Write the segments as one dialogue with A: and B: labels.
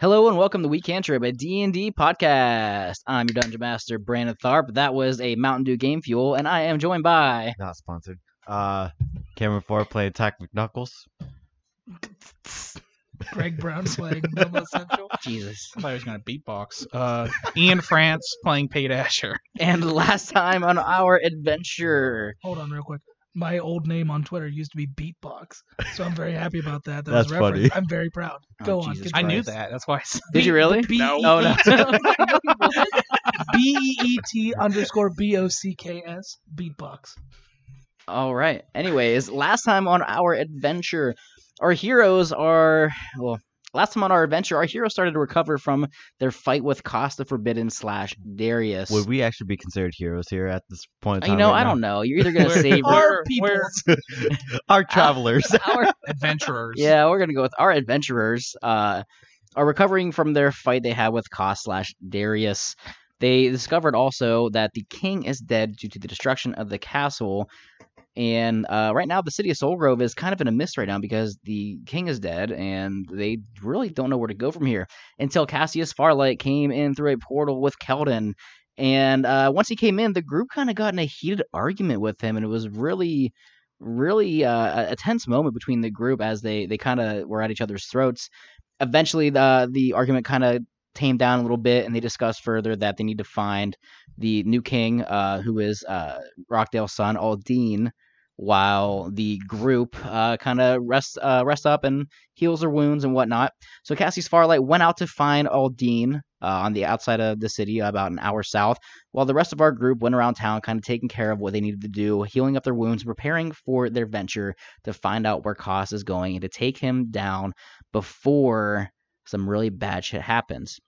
A: Hello and welcome to We Can't Trip, a D&D podcast. I'm your Dungeon Master, Brandon Tharp. That was a Mountain Dew Game Fuel, and I am joined by...
B: Not sponsored. Uh, Cameron Four play Attack McNuckles.
C: Greg Brown playing Momo Central.
A: Jesus.
C: I thought he was going to beatbox. Uh, Ian France playing Pate Asher.
A: And last time on our adventure...
D: Hold on, real quick. My old name on Twitter used to be Beatbox, so I'm very happy about that. That
B: That's
D: was a reference.
B: funny.
D: I'm very proud.
A: Oh,
D: Go on.
A: Jesus
C: I
D: continue.
C: knew
A: Christ.
C: that. That's why I said
A: Did you really?
D: B-
C: No.
A: Oh, no.
D: B E E T underscore B O C K S Beatbox.
A: All right. Anyways, last time on our adventure, our heroes are well. Last time on our adventure, our heroes started to recover from their fight with Costa Forbidden slash Darius.
B: Would we actually be considered heroes here at this point? In
A: you
B: time
A: know,
B: right
A: I don't know. You're either gonna
C: We're-
A: save
C: we're-
D: Our people.
C: we're
B: know. Our travelers.
A: our,
C: adventurers.
A: yeah, we're gonna go with our adventurers. Uh, are recovering from their fight they had with Cost slash Darius. They discovered also that the king is dead due to the destruction of the castle. And uh, right now, the city of Soul Grove is kind of in a mist right now because the king is dead, and they really don't know where to go from here. Until Cassius Farlight came in through a portal with Keldon, and uh, once he came in, the group kind of got in a heated argument with him, and it was really, really uh, a- a tense moment between the group as they they kind of were at each other's throats. Eventually, the the argument kind of tamed down a little bit, and they discussed further that they need to find the new king, uh, who is uh, Rockdale's son, Aldine, while the group uh, kind of rests uh, rests up and heals their wounds and whatnot. So Cassie's Farlight went out to find Aldine uh, on the outside of the city, about an hour south, while the rest of our group went around town, kind of taking care of what they needed to do, healing up their wounds, and preparing for their venture to find out where Koss is going and to take him down before some really bad shit happens.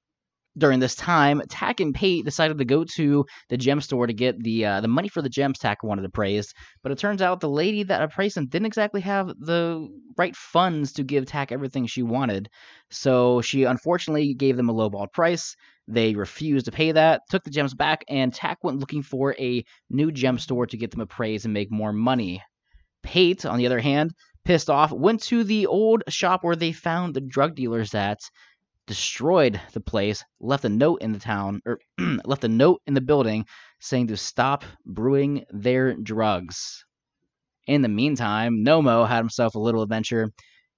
A: During this time, Tack and Pate decided to go to the gem store to get the uh, the money for the gems Tack wanted appraised, but it turns out the lady that appraised him didn't exactly have the right funds to give Tack everything she wanted, so she unfortunately gave them a lowballed price. They refused to pay that, took the gems back, and Tack went looking for a new gem store to get them appraised and make more money. Pate, on the other hand, pissed off, went to the old shop where they found the drug dealers at, destroyed the place, left a note in the town, or left a note in the building saying to stop brewing their drugs. In the meantime, Nomo had himself a little adventure.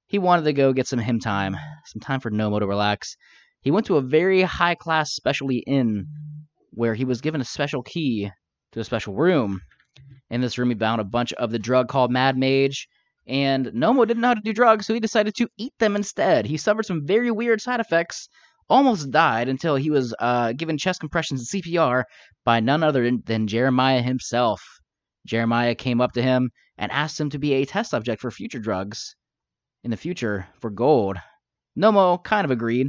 A: He wanted to go get some him time, some time for Nomo to relax. He went to a very high class specialty inn where he was given a special key to a special room. In this room, he found a bunch of the drug called Mad Mage, and Nomo didn't know how to do drugs, so he decided to eat them instead. He suffered some very weird side effects, almost died until he was uh, given chest compressions and CPR by none other than Jeremiah himself. Jeremiah came up to him and asked him to be a test subject for future drugs in the future for gold. Nomo kind of agreed,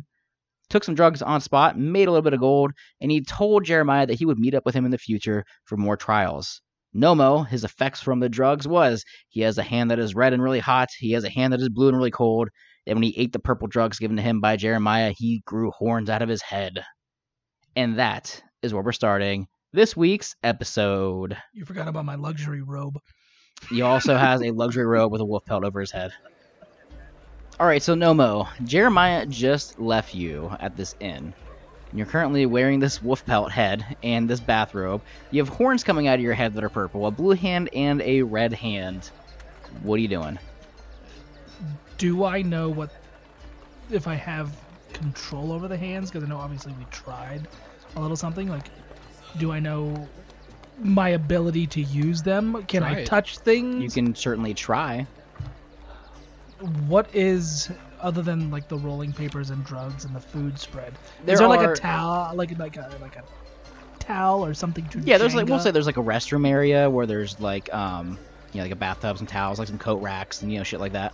A: took some drugs on spot, made a little bit of gold, and he told Jeremiah that he would meet up with him in the future for more trials. Nomo, his effects from the drugs was he has a hand that is red and really hot, he has a hand that is blue and really cold, and when he ate the purple drugs given to him by Jeremiah, he grew horns out of his head. And that is where we're starting this week's episode.
D: You forgot about my luxury robe.
A: He also has a luxury robe with a wolf pelt over his head. All right, so Nomo, Jeremiah just left you at this inn. And You're currently wearing this wolf pelt head and this bathrobe. You have horns coming out of your head that are purple, a blue hand and a red hand. What are you doing?
D: Do I know what if I have control over the hands? Because I know obviously we tried a little something. Like, do I know my ability to use them? Can I
C: Right.
D: touch things?
A: You can certainly try.
D: what is other than like the rolling papers and drugs and the food spread?
A: There
D: is there like
A: are-
D: a towel, like like a like a towel or something to?
A: Yeah, there's like we'll
D: Jenga?
A: say there's like a restroom area where there's like um you know like a bathtub, some towels, like some coat racks, and you know shit like that.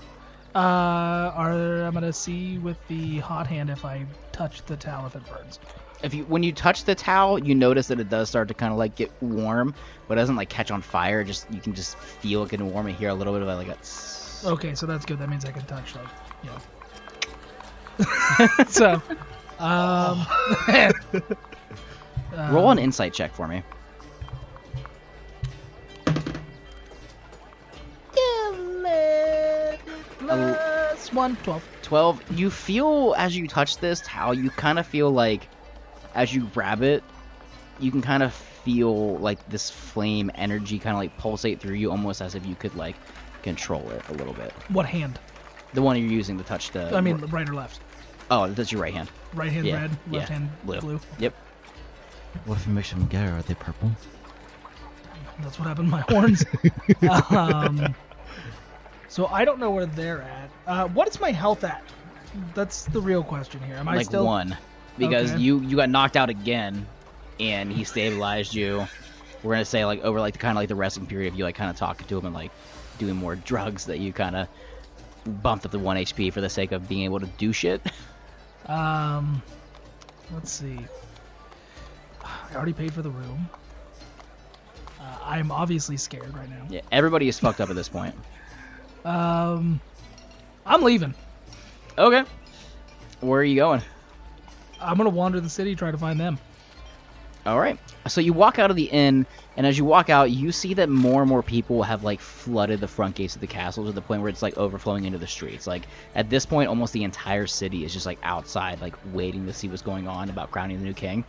D: Uh, are I'm gonna see with the hot hand if I touch the towel if it burns.
A: if you when you touch the towel you notice that it does start to kind of like get warm but it doesn't like catch on fire just you can just feel it getting warm and hear a little bit of like a tss.
D: Okay, so that's good. That means I can touch like you know. so, um, uh,
A: roll an insight check for me A l-
D: It's one, 12.
A: 12 you feel as you touch this how you kind of feel like as you grab it you can kind of feel like this flame energy kind of like pulsate through you almost as if you could like control it a little bit
D: What hand?
A: the one you're using to touch the
D: I mean, right or left?
A: oh that's your right hand
D: Right hand
A: Yeah,
D: red, left
A: yeah,
D: hand
A: blue.
D: blue.
A: yep
B: What if we mix them together? Are they purple?
D: That's what happened to my horns. um, so I don't know where they're at. Uh, what is my health at? That's the real question here. Am I
A: like
D: still
A: one because
D: Okay.
A: you you got knocked out again and he stabilized you we're gonna say like over like the kind of like the resting period of you like kind of talking to him and like doing more drugs that you kind of bumped up to 1 hp for the sake of being able to do shit
D: Um, let's see. I already paid for the room. Uh, I'm obviously scared right now.
A: yeah everybody is fucked up at this point
D: Um, I'm leaving.
A: okay where are you going
D: I'm gonna wander the city try to find them.
A: All right. So you walk out of the inn, and as you walk out, you see that more and more people have like flooded the front gates of the castle to the point where it's like overflowing into the streets. Like at this point, almost the entire city is just like outside, like waiting to see what's going on about crowning the new king.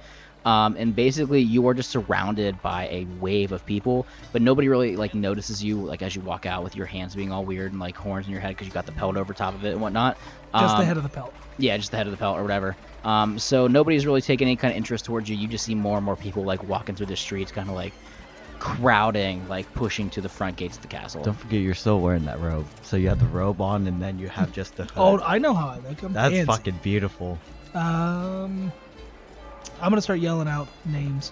A: Um, and basically, you are just surrounded by a wave of people, but nobody really like notices you like as you walk out with your hands being all weird and like horns in your head because you got the pelt over top of it and whatnot.
D: Just the
A: Um,
D: head of the pelt.
A: yeah, just the head of the pelt or whatever. Um, so nobody's really taking any kind of interest towards you. You just see more and more people like walking through the streets, kind of like crowding, like pushing to the front gates of the castle.
B: Don't forget you're still wearing that robe. So you have the robe on and then you have just the hood.
D: Oh, I know how I look. I'm
B: That's
D: fancy.
B: fucking beautiful.
D: Um, I'm gonna start yelling out names.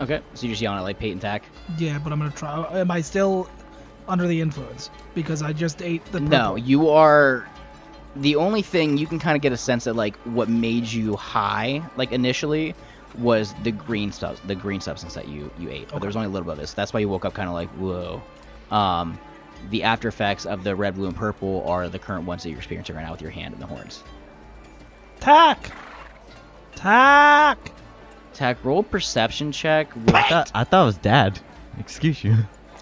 A: Okay, so you're just yelling at like Peyton Tack.
D: Yeah, but I'm gonna try. Uh, Am I still under the influence? Because I just ate the.
A: No,
D: purple.
A: you are. The only thing you can kind of get a sense that like what made you high, like initially, was the green stuff, the green substance that you you ate. But there was only a little bit of this. That's why you woke up kind of like whoa. Um, the after effects of the red, blue, and purple are the current ones that you're experiencing right now with your hand and the horns.
D: Tack. Tack.
A: Attack roll perception check. With,
B: I thought, I thought it was dad. Excuse you.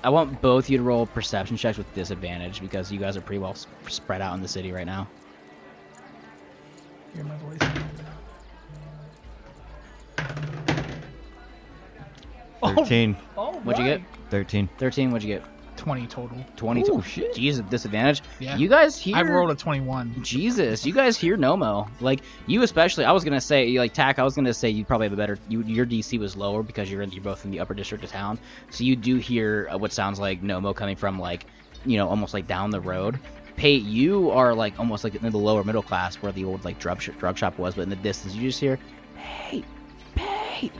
A: I want both you to roll perception checks with disadvantage because you guys are pretty well s- spread out in the city right now.
D: Hear my voice. Oh,
B: 13.
D: all
A: What'd you
D: right.
B: 13.
A: 13, what'd you get?
C: 20 total.
A: 20
B: Ooh, shit.
A: Jesus, disadvantage?
C: Yeah.
A: You guys here.
C: I rolled a 21.
A: Jesus, you guys hear Nomo. Like, you especially, I was going to say, like, Tack, I was going to say you probably have a better, you, your DC was lower because you're, in, you're both in the upper district of town. So you do hear uh, what sounds like Nomo coming from, like, you know, almost like down the road. Pate, you are, like, almost like in the lower middle class where the old, like, drug, sh- drug shop was, but in the distance, you just hear, Pate, Pate.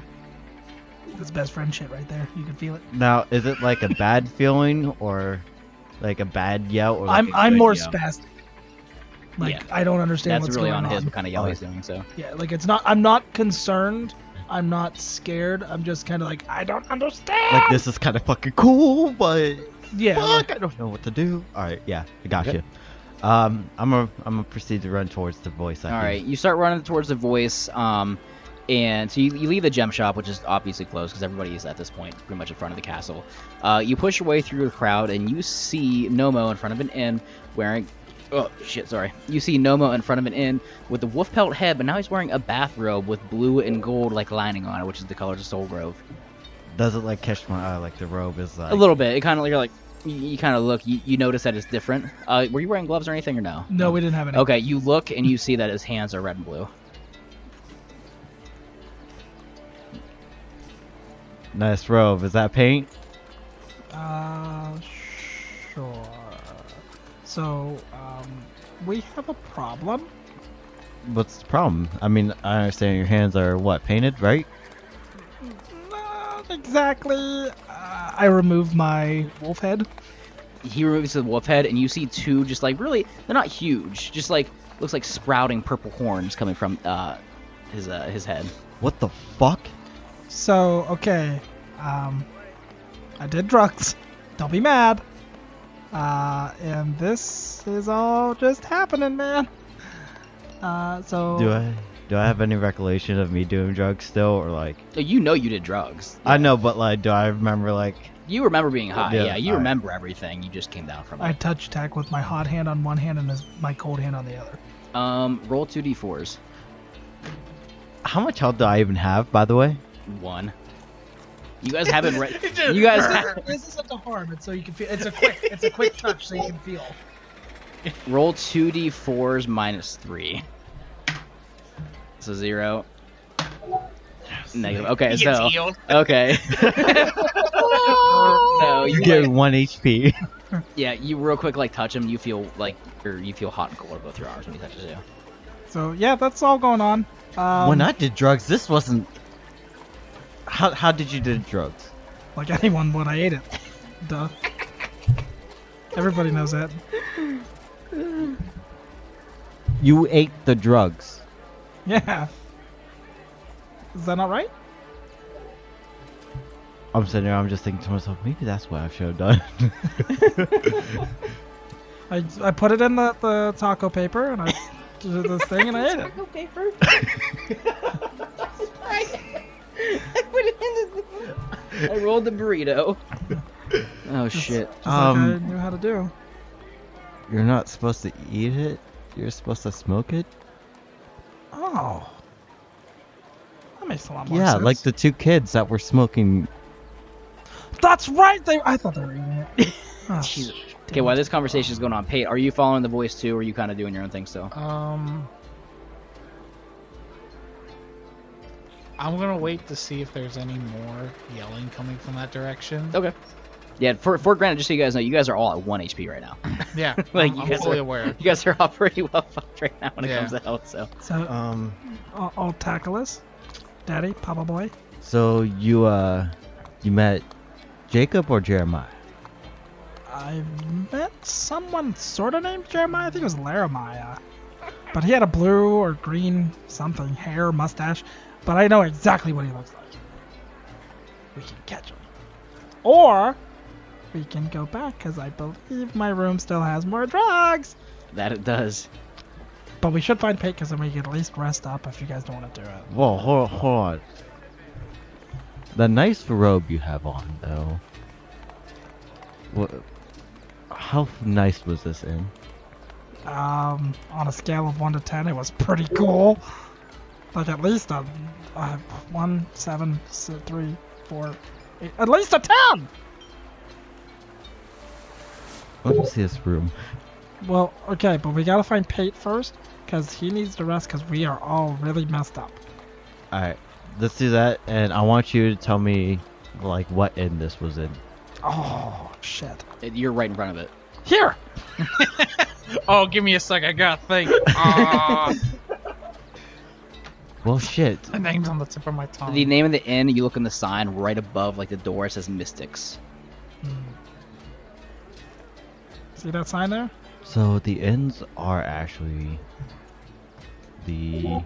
D: That's best friend shit right there. You can feel it.
B: Now, is it like a bad feeling or like a bad yell? Or like
D: I'm
B: a
D: I'm
B: good
D: more
B: yell?
D: spastic. Like
A: Yeah.
D: I don't understand
A: That's
D: what's
A: really
D: going
A: on
D: on.
A: his, what kind of yell he's doing, so.
D: Yeah, like it's not. I'm not concerned. I'm not scared. I'm just kind of like I don't understand.
B: Like, this is kind of fucking cool, but
D: Yeah. like-
B: fuck, I don't know what to do. All right, yeah, I got
A: Okay.
B: you. Um, I'm gonna I'm gonna proceed to run towards the voice. I
A: All
B: hear.
A: right, you start running towards the voice, um, and so you, you leave the gem shop, which is obviously closed because everybody is at this point pretty much in front of the castle. Uh, you push your way through the crowd, and you see Nomo in front of an inn wearing. Oh shit! Sorry. You see Nomo in front of an inn with the wolf pelt head, but now he's wearing a bathrobe with blue and gold like lining on it, which is the colors of Soul Grove.
B: Does it like catch my eye? Like the robe is like
A: A little bit. It kind of you're like you, you kind of look. You, you notice that it's different. Uh, were you wearing gloves or anything or no?
D: no, we didn't have any.
A: Okay, you look and you see that his hands are red and blue.
B: nice robe. Is that paint?
D: Uh, sure. So, um, we have a problem.
B: What's the problem? I mean, I understand your hands are what painted, right?
D: Not exactly. Uh, I removed my wolf head.
A: he removes the wolf head and you see two just like really they're not huge just like looks like sprouting purple horns coming from uh his uh his head
B: What the fuck?
D: So, okay. Um, I did drugs. Don't be mad. Uh, and this is all just happening, man. Uh, so
B: Do I Do I have any recollection of me doing drugs still, or like
A: You know you did drugs.
B: I know, but like, do I remember like?
A: You remember being high. Yeah,
B: Yeah,
A: you
B: alright.
A: remember everything. You just came down from
D: I
A: it.
D: touch attack with my hot hand on one hand and his, my cold hand on the other.
A: Um, roll two d4s.
B: How much health do I even have, by the way?
A: One. You guys haven't read.
C: It just-
A: You guys ha-
D: this isn't a harm. It's so you can feel. It's a quick. It's a quick touch, so you can feel.
A: roll two d4s minus three. So zero. Negative. Okay,
C: He gets
A: so
C: healed.
A: okay. so you
B: You get one HP.
A: Yeah, you real quick like touch him. You feel like or you feel hot and cold with both your arms when he touches you.
D: So yeah, that's all going on. Um,
B: when I did drugs, this wasn't. How how did you do drugs?
D: like anyone would, I ate it. Duh. Everybody knows that.
B: You ate the drugs.
D: Yeah. Is that not right?
B: I'm sitting there. I'm just thinking to myself, maybe that's what I should have done.
D: I, I put it in the, the taco paper and I did this thing and I ate it.
E: Taco paper. I put it in the.
A: I rolled the burrito. oh shit!
D: Just like I
B: Um,
D: knew how to do.
B: You're not supposed to eat it. You're supposed to smoke it.
D: Oh. That makes a lot more
B: Yeah,
D: sense.
B: like the two kids that were smoking.
D: That's right! They, I thought they were eating it. Ah,
A: Jesus. Okay, while this conversation is going on, Pate, are you following the voice too, or are you kind of doing your own thing still?
C: Um, I'm gonna wait to see if there's any more yelling coming from that direction.
A: Okay. Yeah, for for granted, just so you guys know, you guys are all at one HP right now.
C: Yeah,
A: Like,
C: I'm,
A: you
C: I'm
A: guys
C: fully
A: are-
C: aware.
A: You guys are all pretty well fucked right now when it
C: Yeah.
A: comes to health. So
D: So
B: Um.
D: I'll, I'll tackle this. Daddy, Papa Boy.
B: So you uh, you met Jacob or Jeremiah?
D: I met someone sort of named Jeremiah. I think it was Laramiah. But he had a blue or green something hair, mustache. But I know exactly what he looks like. We can catch him. Or we can go back because I believe my room still has more drugs.
A: that it does.
D: But we should find Pate because then we can at least rest up if you guys don't want to do it.
B: Whoa, hold, hold on. The nice robe you have on, though. What? How nice was this in?
D: Um, on a scale of one to ten, it was pretty cool. Like at least a, a one, seven, s- three, four, eight, at least a ten.
B: Let me see this room.
D: Well, okay, but we gotta find Pate first, cause he needs to rest, cause we are all really messed up.
B: All right, let's do that, and I want you to tell me, like, what end this was in.
D: Oh shit!
A: It- You're right in front of it.
D: Here,
C: Oh, give me a sec. I gotta think. Ah,
B: Well, shit.
C: the name's on the tip of my tongue.
A: The name of the inn. You look on the sign right above, like the door. It says Mystics.
D: see that sign there?
B: So the ends are actually the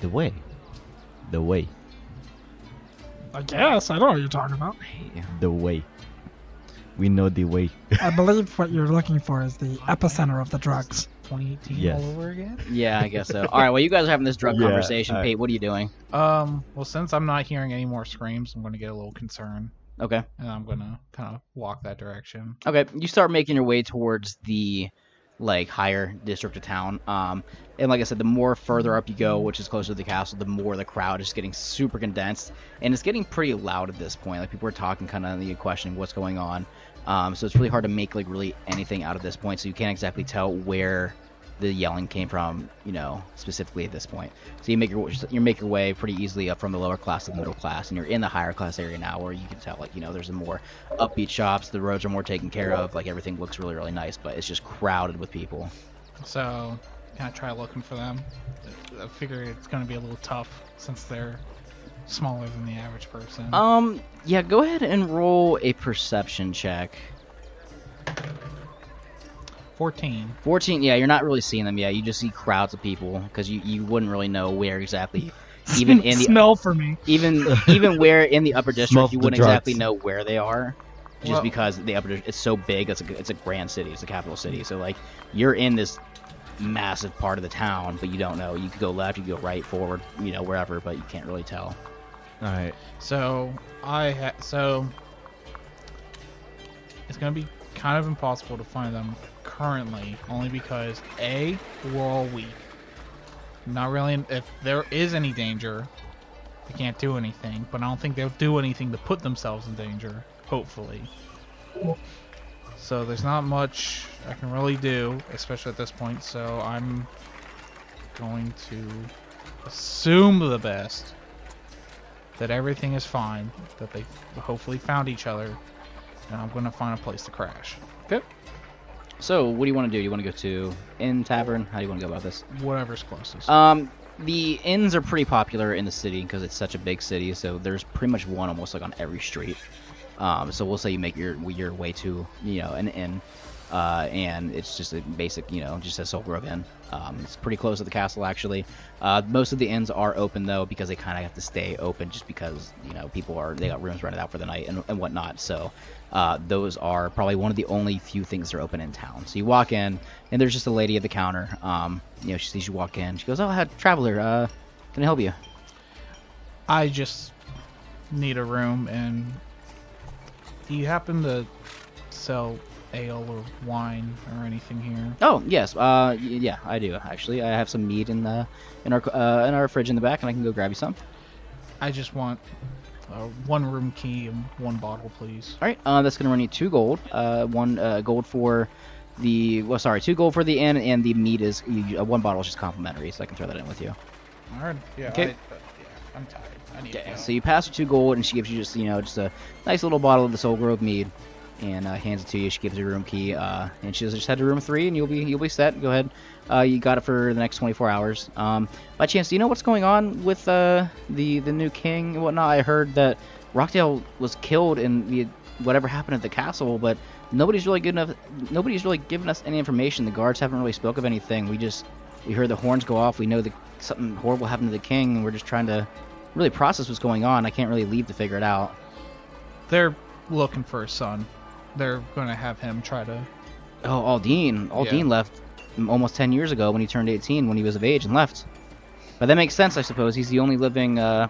B: the way, the way,
D: I guess I don't know what you're talking about.
B: the way. We know the way.
D: I believe what you're looking for is the epicenter of the drugs.
C: 2018
B: Yes.
C: all over again.
A: Yeah, I guess so. All right, well, you guys are having this drug
B: Yeah,
A: conversation.
B: alright.
A: Pate, what are you doing?
C: Um, well, since I'm not hearing any more screams, I'm gonna get a little concerned,
A: Okay.
C: and I'm gonna kind of walk that direction.
A: Okay, you start making your way towards the like higher district of town. Um, and like I said, the more further up you go, which is closer to the castle, the more the crowd is getting super condensed, and it's getting pretty loud at this point. Like people are talking, kind of questioning what's going on. Um, so it's really hard to make like really anything out at this point. So you can't exactly tell where the yelling came from, you know, specifically at this point. So you make your you make your way pretty easily up from the lower class to the middle class, and you're in the higher class area now, where you can tell like you know there's a more upbeat shops, the roads are more taken care of, like everything looks really really nice, but it's just crowded with people.
C: So, can I try looking for them? I figure it's gonna be a little tough since they're smaller than the average person.
A: Um, yeah, go ahead and roll a perception check.
C: 14.
A: 14, yeah, you're not really seeing them yet. You just see crowds of people because you, you wouldn't really know where exactly, even in the
D: smell for me.
A: even even where in the upper district
B: Smell
A: you
B: the
A: wouldn't
B: drugs.
A: exactly know where they are, just
C: Well-
A: because the upper district it's so big. It's a it's a grand city. It's a capital city. So like you're in this massive part of the town, but you don't know. You could go left, you could go right, forward, you know, wherever, but you can't really tell.
B: All right.
C: So I ha- so it's gonna be kind of impossible to find them currently, only because a we're all weak. Not really. If there is any danger, they can't do anything. But I don't think they'll do anything to put themselves in danger. Hopefully. So there's not much I can really do, especially at this point. So I'm going to assume the best that everything is fine, that they hopefully found each other, and I'm going to find a place to crash. Okay.
A: So, what do you want to do? You want to go to Inn Tavern? How do you want to go about this?
C: Whatever's closest.
A: Um, the inns are pretty popular in the city because it's such a big city. So there's pretty much one almost like on every street. Um, so we'll say you make your your way to you know an inn, uh, and it's just a basic you know just a Soul Grove Inn. Um, it's pretty close to the castle actually. Uh, most of the inns are open though because they kind of have to stay open just because you know people are they got rooms rented out for the night and, and whatnot. So uh, those are probably one of the only few things that are open in town. So you walk in and there's just a lady at the counter. Um, you know she sees you walk in. She goes, "Oh, hi, traveler, uh, can I help you?"
C: I just need a room, and do you happen to sell ale or wine or anything here?
A: Oh yes, uh, y- yeah, I do actually. I have some meat in the in our uh, in our fridge in the back, and I can go grab you some.
C: I just want uh, one room key and one bottle, please.
A: All right, uh, that's gonna run you two gold. Uh, one uh, gold for the well, sorry, two gold for the inn, and the meat is you, uh, one bottle is just complimentary, so I can throw that in with you.
C: All right. Yeah.
A: Okay.
C: I, am tired. I need.
A: Yeah, so you pass her two gold, and she gives you just you know just a nice little bottle of the Soul Grove mead, and uh, hands it to you. She gives you room key, uh, and she says just head to room three, and you'll be you'll be set. Go ahead, uh, you got it for the next 24 hours. Um, by chance, do you know what's going on with uh, the the new king and whatnot? I heard that Rockdale was killed in the whatever happened at the castle, but nobody's really good enough. Nobody's really given us any information. The guards haven't really spoke of anything. We just we heard the horns go off. We know that something horrible happened to the king, and we're just trying to really process what's going on. I can't really leave to figure it out.
C: They're looking for a son. They're gonna have him try to.
A: Oh, Aldine. Aldine left almost 10 years ago when he turned 18, when he was of age and left. But that makes sense, I suppose. He's the only living uh,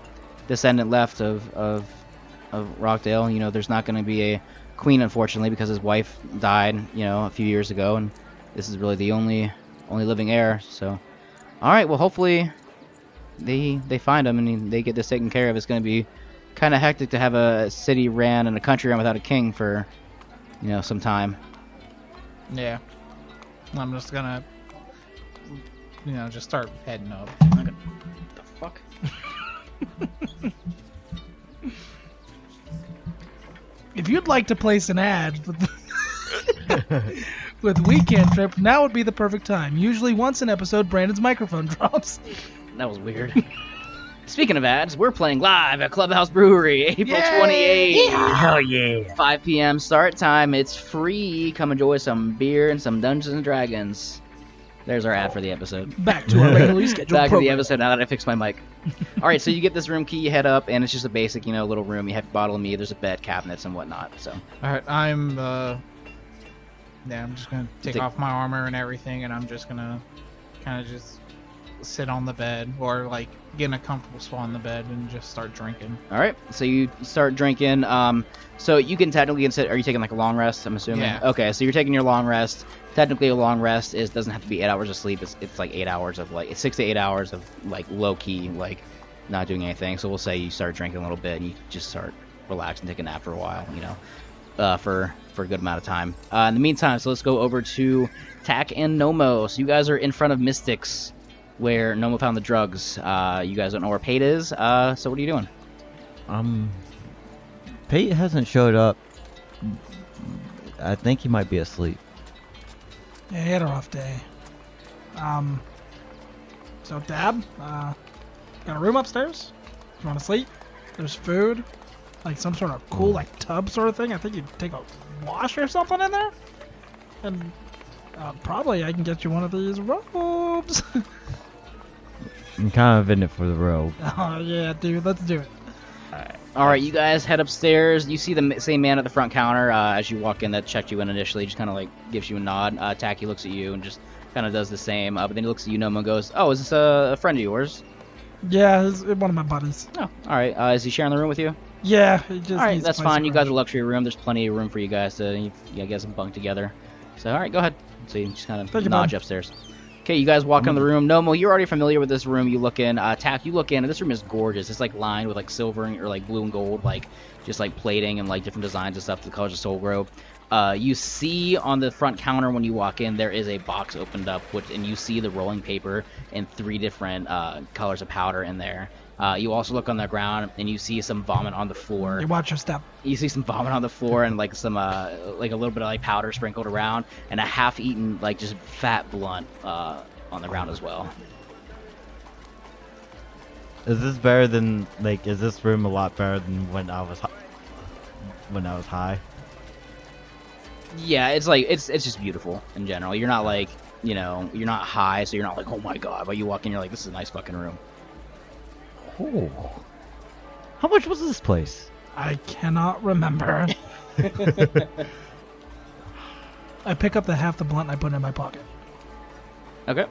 A: descendant left of, of, of Rockdale. You know, there's not going to be a queen, unfortunately, because his wife died, you know, a few years ago, and this is really the only only living heir. So, all right, well, hopefully they they find him and they get this taken care of. It's going to be kind of hectic to have a city ran and a country ran without a king for, you know, some time.
C: Yeah. I'm just gonna. You know, just start heading up.
A: The fuck?
D: If you'd like to place an ad with, with Weekend Trip, now would be the perfect time. Usually, once an episode, Brandon's microphone drops.
A: That was weird. Speaking of ads, we're playing live at Clubhouse Brewery, April 28th.
F: Hell yeah.
A: 5 p.m. start time. It's free. Come enjoy some beer and some Dungeons and Dragons. There's our ad for the episode.
D: Back to our regularly scheduled
A: Back to the
D: program.
A: episode now that I fixed my mic. All right, so you get this room key, you head up, and it's just a basic, you know, little room. You have a bottle of me. There's a bed, cabinets, and whatnot. So
C: All right. I'm. Uh, yeah. I'm just gonna take
A: Take-
C: off my armor and everything, and I'm just gonna kind of just sit on the bed or like get in a comfortable spot on the bed and just start drinking.
A: All right, so you start drinking. Um, so you can technically consider. Are you taking like a long rest? I'm assuming.
C: Yeah.
A: Okay, so you're taking your long rest. Technically, a long rest is doesn't have to be eight hours of sleep. It's it's like eight hours of like it's six to eight hours of like low key like not doing anything. So we'll say you start drinking a little bit and you just start relaxing, take a nap for a while. You know, uh, for for a good amount of time. Uh, in the meantime, so let's go over to Tack and Nomo. So you guys are in front of Mystics, where Nomo found the drugs. Uh, you guys don't know where Pate is. Uh, so what are you doing?
B: Um, Pate hasn't showed up. I think he might be asleep.
D: Yeah, he had a rough day. Um, so Dab, uh, got a room upstairs. If you want to sleep, there's food, like some sort of cool like tub sort of thing. I think you take a wash or something in there, and uh, probably I can get you one of these robes.
B: I'm kind of in it for the robe.
D: oh yeah, dude, let's do it.
A: All right, you guys head upstairs. You see the m- same man at the front counter uh, as you walk in that checked you in initially. Just kind of like gives you a nod. Uh, Tacky looks at you and just kind of does the same. Uh, but then he looks at you, Noma, and goes, "Oh, is this a, a friend of yours?
D: Yeah, it's one of my buddies.
A: Oh, all right. Uh, is he sharing the room with you?
D: Yeah, it just
A: all right,
D: needs a
A: that's
D: place
A: fine. You
D: where-
A: guys are luxury room. There's plenty of room for you guys to you, you guys can bunk together. So all right, go ahead. So you just kind
D: Thank
A: of
D: you,
A: nudge
D: bud.
A: upstairs. Okay, you guys walk in the room. Nomo, you're already familiar with this room. You look in. Uh, Tack, you look in. and This room is gorgeous. It's like lined with like silver and, or like blue and gold, like just like plating and like different designs and stuff. The colors of Soul Grove. Uh, you see on the front counter when you walk in, there is a box opened up, which and you see the rolling paper and three different uh, colors of powder in there. Uh, you also look on the ground and you see some vomit on the floor
D: You watch your step.
A: you see some vomit on the floor and like some uh like a little bit of like powder sprinkled around and a half eaten like just fat blunt uh on the ground as well
B: Is this better than like? Is this room a lot better than when I was hi- when I was high?
A: yeah it's like it's it's just beautiful in general you're not like you know you're not high so you're not like oh my god but you walk in you're like this is a nice fucking room
B: Oh. How much was this place?
D: I cannot remember. I pick up the half the blunt and I put it in my pocket.
A: okay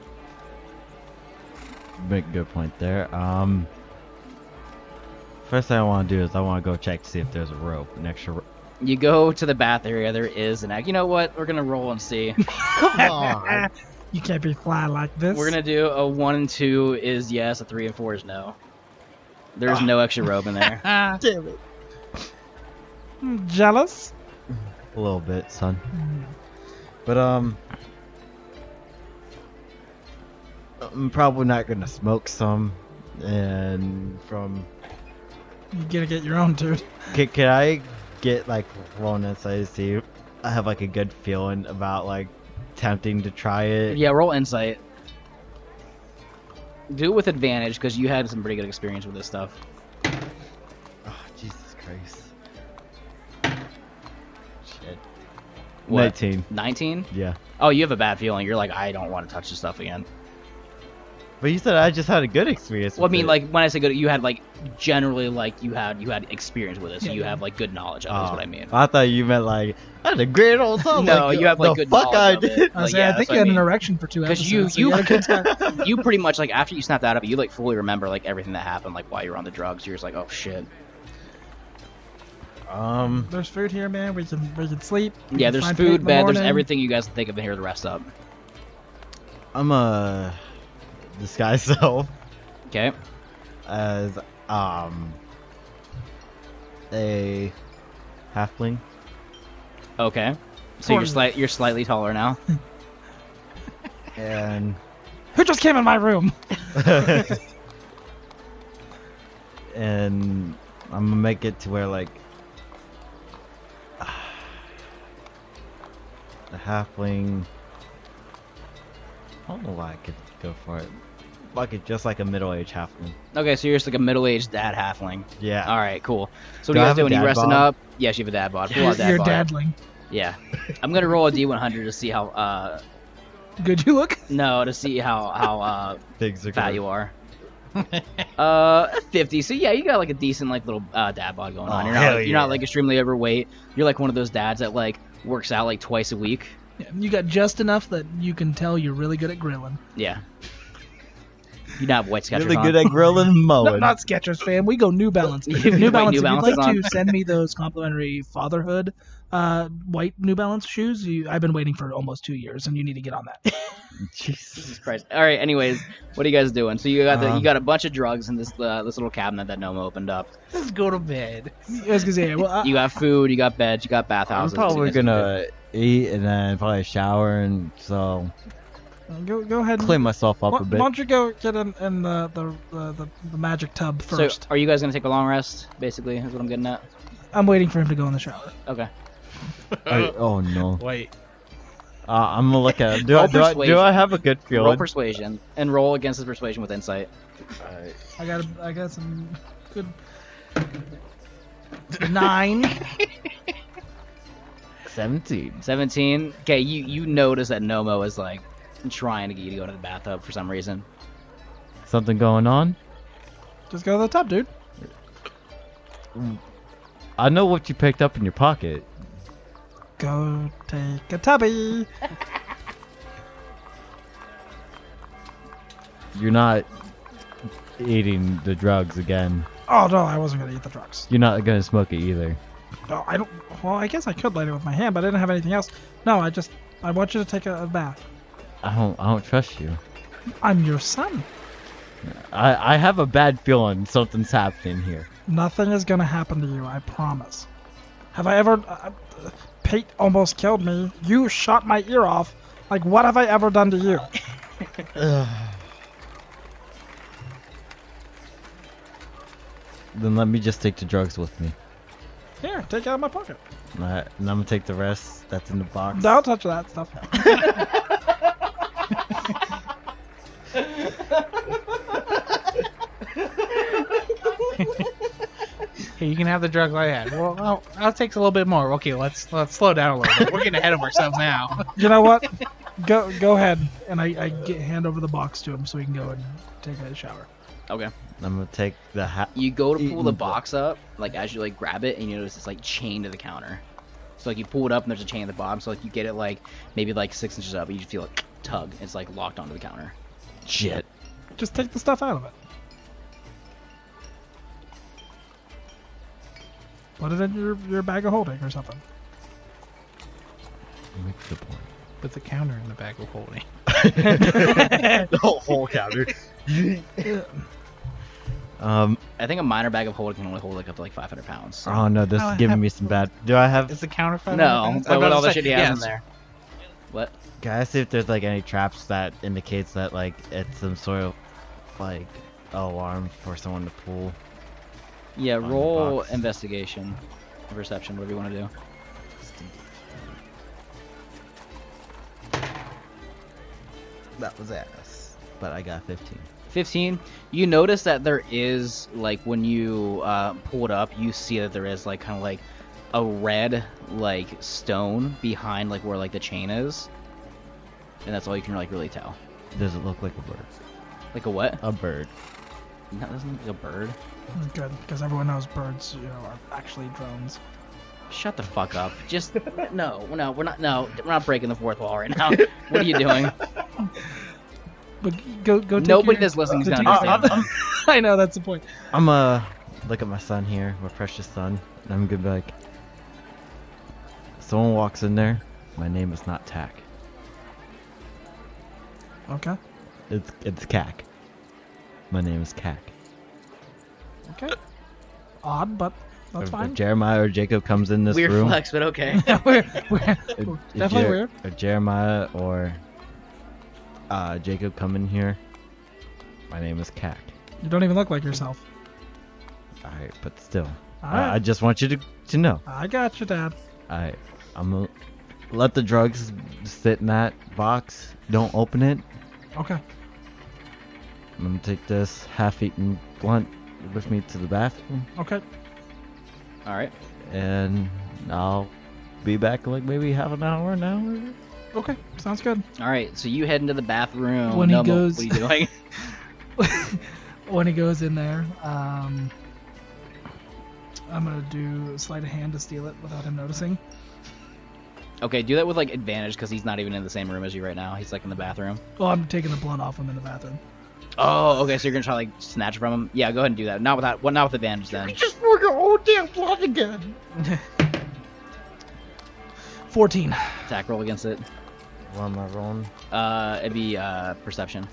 B: Make good point there. Um. First thing I want to do is I want to go check to see if there's a rope, an extra. Ro-
A: you go to the bath area there is an egg you know what we're gonna roll and see
D: You can't be fly like this.
A: we're gonna do a one and two is yes a three and four is no there's no extra rope in there
C: Ah,
D: Damn it. I'm Hmm, jealous.
B: a little bit, son. But um, I'm probably not gonna smoke some, and from
D: You gotta get your own, dude.
B: Can, can I get like one inside to see? if I have like a good feeling about like tempting to try it.
A: Yeah, roll insight. Do it with advantage because you had some pretty good experience with this stuff.
B: Oh, Jesus Christ. Shit.
A: What?
B: Nineteen.
A: 19?
B: Yeah.
A: Oh, you have a bad feeling. You're like, I don't want to touch this stuff again.
B: But you said I just had a good experience.
A: Well, I
B: with
A: mean,
B: it.
A: like when I say good, you had like generally like you had you had experience with it, so
D: Yeah,
A: you
D: yeah.
A: have like good knowledge of it. Is
B: Oh,
A: what I mean.
B: I thought you meant like I had a great old time.
A: no,
B: like,
A: you have like
B: the
A: good
B: fuck I
A: knowledge of
B: did.
A: it.
D: I,
A: Like,
D: was
A: yeah,
D: saying, I
A: that's
D: think
A: what
D: you had
A: mean.
D: an erection for two episodes.
A: Because you,
D: so
A: you,
D: had a good time.
A: you pretty much like after you snapped out of it, you like fully remember like everything that happened like while you were on the drugs. You're just like, oh shit.
B: Um,
D: There's food here, man. We can we can sleep. We
A: Yeah,
D: can
A: there's
D: find food in
A: food,
D: the
A: bed, there's
D: morning.
A: everything you guys can think of, and here the rest up.
B: I'm a disguise self.
A: Okay.
B: as um a halfling.
A: Okay. So you're
D: Corn.
A: slight you're slightly taller now.
B: and
D: Who just came in my room?
B: and I'm gonna make it to where like the halfling. I don't know why I could go for it. Like it, just like a middle-aged halfling.
A: Okay, so you're just like a middle-aged dad halfling.
B: Yeah.
A: All right, cool. So what
B: Do
A: are
B: I
A: you guys
B: have a
A: doing? You
B: dad
A: resting
B: bod?
A: up? Yes, you have a dad bod. Full
D: You're,
A: on dad
D: you're
A: bod.
D: dadling.
A: Yeah, I'm gonna roll a d100 to see how uh
D: Good you look.
A: no to see how how uh
B: Things are
A: fat
B: good.
A: you are. uh, 50. So yeah, you got like a decent like little uh, dad bod going on.
B: Oh,
A: You're not
B: hell
A: like, you're not
B: yeah.
A: like extremely overweight. You're like one of those dads that like works out like twice a week.
D: Yeah, You got just enough that you can tell you're really good at grilling.
A: Yeah. You not have white sketches
B: Really
A: on.
B: good at grilling
D: No,
B: mowing.
D: not Skechers, fam. We go New Balance.
A: You can
D: New
A: buy
D: Balance.
A: New
D: if
A: Balances
D: you'd like
A: on.
D: to send me those complimentary fatherhood uh, white New Balance shoes, you, I've been waiting for almost two years, and you need to get on that.
B: Jesus.
A: Christ. All right. Anyways, what are you guys doing? So you got the, you
B: Um,
A: got a bunch of drugs in this uh, this little cabinet that Noma opened up.
C: just go to bed.
D: I was gonna say, well, uh, I,
A: You got food. You got beds. You got
B: I'm
A: bathhouses. you
B: probably
A: guys can
B: gonna eat and then probably shower and so
D: go, go ahead. and-
B: clean myself up
D: why,
B: a
D: why
B: bit.
D: don't you go get in, in the, the, the, the, the magic tub
A: do-
D: first?
A: So uh, are you guys gonna take a long rest? Basically, is what I'm getting at.
D: I'm waiting for him to go in the shower.
A: Okay.
B: I- oh no!
C: Wait,
B: Uh, I'm gonna look at. Do
A: Roll
B: I do, I do
A: persuasion.
B: I have a good feeling?
A: Roll persuasion and roll against his persuasion with insight.
B: Alright.
D: I got a- I got some good nine.
B: Seventeen.
A: Seventeen. Okay, you you notice that Nomo is like trying to get you to go to the bathtub for some reason.
B: Something going on?
D: Just go to the tub, dude.
B: I know what you picked up in your pocket.
D: Go take a tubby.
B: You're not eating the drugs again.
D: Oh no, I wasn't gonna eat the drugs.
B: You're not gonna smoke it either.
D: No, I don't. Well, I guess I could light it with my hand, but I didn't have anything else. No, I just I want you to take a, a bath.
B: I don't. I don't trust you.
D: I'm your son.
B: I, I have a bad feeling something's happening here.
D: Nothing is gonna happen to you. I promise. Have I ever? Uh, uh, Pete almost killed me. You shot my ear off. Like what have I ever done to you?
B: Then let me just take the drugs with me.
D: Here, take it out of my pocket.
B: Alright, and I'm gonna take the rest that's in the box.
D: Don't touch that stuff.
C: Hey, you can have the drugs I had. Well, I'll, I'll take a little bit more. Okay, let's let's slow down a little bit. We're getting ahead of ourselves now.
D: You know what? Go go ahead, and I, I get, hand over the box to him so he can go and take a shower.
A: Okay.
B: I'm gonna take the hat.
A: You go to pull
B: Eaten
A: the
B: book.
A: box up, like as you like grab it, and you notice it's like chained to the counter. So like you pull it up, and there's a chain at the bottom. So like you get it like maybe like six inches up, and you just feel like tug. It's like locked onto the counter.
B: Shit.
D: Just take the stuff out of it. Put it in your, your bag of holding or something.
B: What's the point?
C: Put the counter in the bag of holding.
B: the whole counter. um.
A: I think a minor bag of holding can only hold like up to like 500 pounds. so-
B: Oh no, this
C: Oh, I
B: is giving
C: have-
B: me some bad. Do I have?
C: Is the counter five
A: no,
C: hundred pounds?
A: but
C: I'm
A: with
C: about
A: all
C: to
A: the
C: say,
A: shit he has in
C: yes.
A: there. What?
B: Can I see if there's like any traps that indicates that like it's some sort of like alarm for someone to pull?
A: Yeah,
B: the
A: roll
B: box.
A: investigation, or perception, whatever you want to do.
B: That was ass, but I got 15.
A: 15 you notice that there is like when you uh, pull it up you see that there is like kind of like a red like stone behind like where like the chain is and that's all you can like really tell
B: Does it look like a bird?
A: like a what
B: A bird.
A: no, Uh, that doesn't look like a bird
D: Good, because everyone knows birds, you know, are actually drones.
A: shut the fuck up just no no we're not no we're not breaking the fourth wall right now what are you doing
D: But go go. Take
A: nobody
D: your-
A: that's listening is
D: the
A: gonna
D: teacher-
A: understand that.
D: I know that's the point.
B: I'm uh look at my son here, my precious son, and I'm gonna be like, someone walks in there. My name is not Tack.
D: Okay.
B: It's it's Cack. My name is Cack.
D: Okay. Odd, but
B: If-
D: that's
B: if,
D: fine.
B: Jeremiah or Jacob comes in this
A: weird
B: room,
A: flex but okay
B: if- if
D: Definitely
B: Jer-
D: weird.
B: If Jeremiah or uh, Jacob come in here, my name is Cack.
D: You don't even look like yourself.
B: All right, but still,
D: All
B: I, I
D: right.
B: just want you to to know.
D: I got you, Dad.
B: I I'm gonna let the drugs sit in that box. Don't open it.
D: Okay.
B: I'm gonna take this half-eaten blunt with me to the bathroom,
D: Okay.
A: all right
B: and I'll be back in like maybe half an hour, an hour.
D: Okay. Sounds good.
A: all right so you head into the bathroom
D: When he
A: Numble,
D: goes-
A: what are you doing
D: when he goes in there, um, I'm gonna do sleight of hand to steal it without him noticing.
A: Okay, do that with like advantage because he's not even in the same room as you right now. He's like in the bathroom.
D: Well, I'm taking the blunt off him in the bathroom.
A: Oh, okay. So you're gonna try like snatch from him? Yeah, go ahead and do that. Not without, well, not with advantage then.
D: Just wore your old damn blunt again. Fourteen.
A: Attack roll against it.
B: What am I rolling?
A: Uh, it'd be uh perception.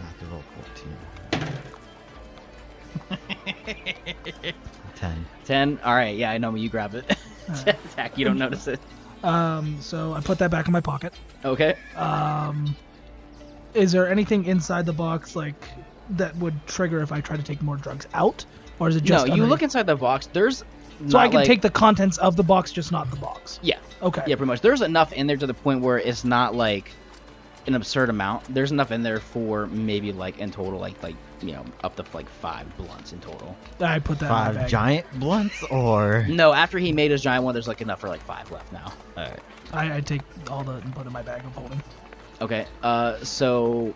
B: I have to roll 14. 10.
A: Ten. All right. Yeah, I know. You grab it. Attack. You don't notice it.
D: Um, so I put that back in my pocket.
A: Okay.
D: Um, is there anything inside the box like that would trigger if I try to take more drugs out, or is it just?
A: no, you look
D: underneath?
A: inside the box. There's.
D: So I
A: not,
D: can
A: like-
D: take the contents of the box, just not the box.
A: Yeah.
D: Okay.
A: Yeah, pretty much. There's enough in there to the point where it's not like an absurd amount. There's enough in there for maybe like in total like like you know up to like five blunts in total.
D: I put that in my
B: Five
D: bag.
B: giant blunts or.
A: No, after he made his giant one, there's like enough for like five left now.
B: Alright.
D: I, I take all the and put it in my bag of holding.
A: Okay. Uh, so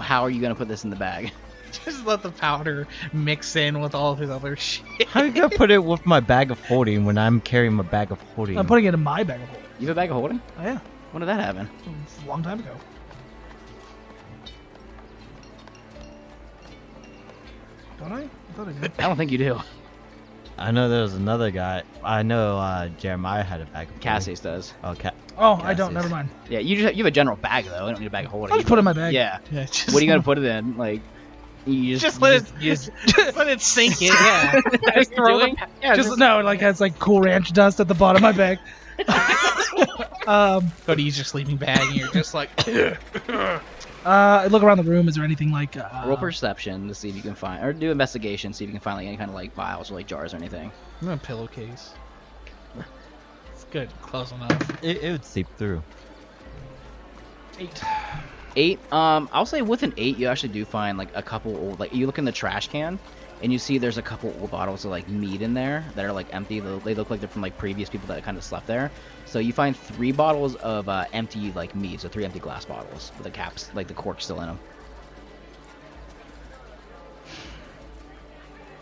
A: how are you gonna put this in the bag?
C: Just let the powder mix in with all of his other shit.
B: How you gonna put it with my bag of holding when I'm carrying my bag of holding?
D: I'm putting it in my bag of holding.
A: You have a bag of holding?
D: Oh, yeah,
A: When did that happen?
D: It's a long time ago. Don't I? I thought I did.
A: I don't think you do.
B: I know there was another guy. I know uh, Jeremiah had a bag of holding.
A: Cassie's does.
B: Oh, Ca-
D: Oh, I don't.
B: Cassie's.
D: Never mind.
A: Yeah, you just you have a general bag though. I don't need a bag of holding.
D: I'll just put it in my bag.
A: Yeah.
D: Yeah. Just,
A: What are you gonna put it in? Like, you just,
C: Just let
A: you
C: it-
A: you just,
C: Let it sink in. Yeah.
A: That's what you're
C: throw the
A: doing?
D: Yeah, just no, like it's like Cool Ranch dust at the bottom of my bag. um,
C: Go to use your sleeping bag, and you're just like,
D: uh, I look around the room. Is there anything like uh,
A: roll perception to see if you can find, or do investigation, see if you can find like any kind of like vials or like jars or anything.
C: I'm a pillowcase. It's good. Close enough.
B: it, it would seep through.
C: Eight.
A: Eight. Um, I'll say with an eight, you actually do find like a couple old. Like you look in the trash can, and you see there's a couple old bottles of like mead in there that are like empty. They they look like they're from like previous people that kind of slept there. So you find three bottles of uh, empty like mead, so three empty glass bottles with the caps, like the cork still in them.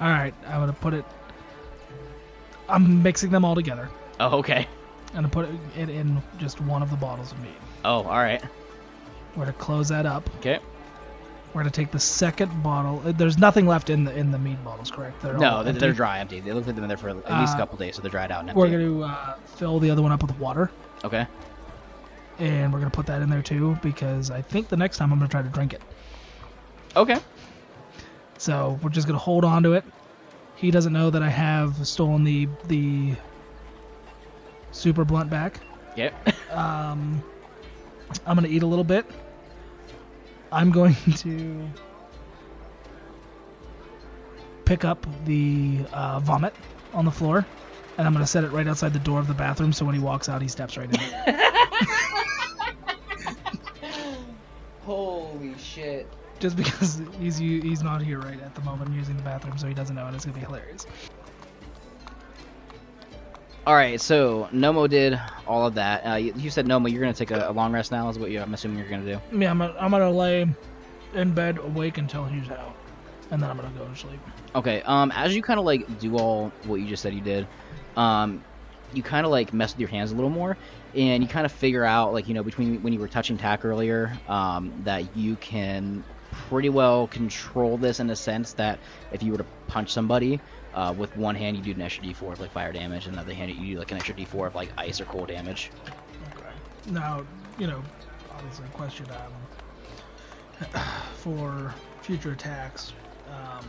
D: All right, I'm gonna put it. I'm mixing them all together.
A: Oh, okay.
D: I'm gonna put it in just one of the bottles of mead.
A: Oh, all right.
D: We're gonna close that up.
A: Okay.
D: We're gonna take the second bottle. uh, There's nothing left in the in the mead bottles, correct? They're
A: No,
D: all
A: they're,
D: empty.
A: they're dry, empty. They look like they've been there for at least
D: Uh,
A: a couple days, so they're dried out and empty.
D: We're gonna uh, fill the other one up with water,
A: Okay.
D: and we're gonna put that in there too because I think the next time I'm gonna try to drink it.
A: Okay.
D: So we're just gonna hold on to it. He doesn't know that I have stolen the the super blunt back.
A: Yep.
D: Um, I'm gonna eat a little bit. I'm going to pick up the uh, vomit on the floor, and I'm gonna set it right outside the door of the bathroom. So when he walks out, he steps right in. it.
E: Holy shit.
D: Just because he's u- he's not here right at the moment, I'm using the bathroom, so he doesn't know, and it's gonna be hilarious.
A: All right. So Nomo did all of that. Uh, you, you said Nomo, you're gonna take a, a long rest now. Is what you, I'm assuming you're gonna do.
D: Yeah, I'm gonna, I'm gonna lay in bed awake until he's out, and then I'm gonna go to sleep.
A: Okay. Um, as you kind of like do all what you just said you did, um, you kind of like mess with your hands a little more, and you kind of figure out like you know between when you were touching tack earlier, um, that you can pretty well control this in a sense that if you were to punch somebody. Uh, with one hand, you do an extra D4 of like fire damage, and the other hand, you do like an extra D4 of like ice or cold damage.
D: Now, you know, obviously, question um, for future attacks. Um,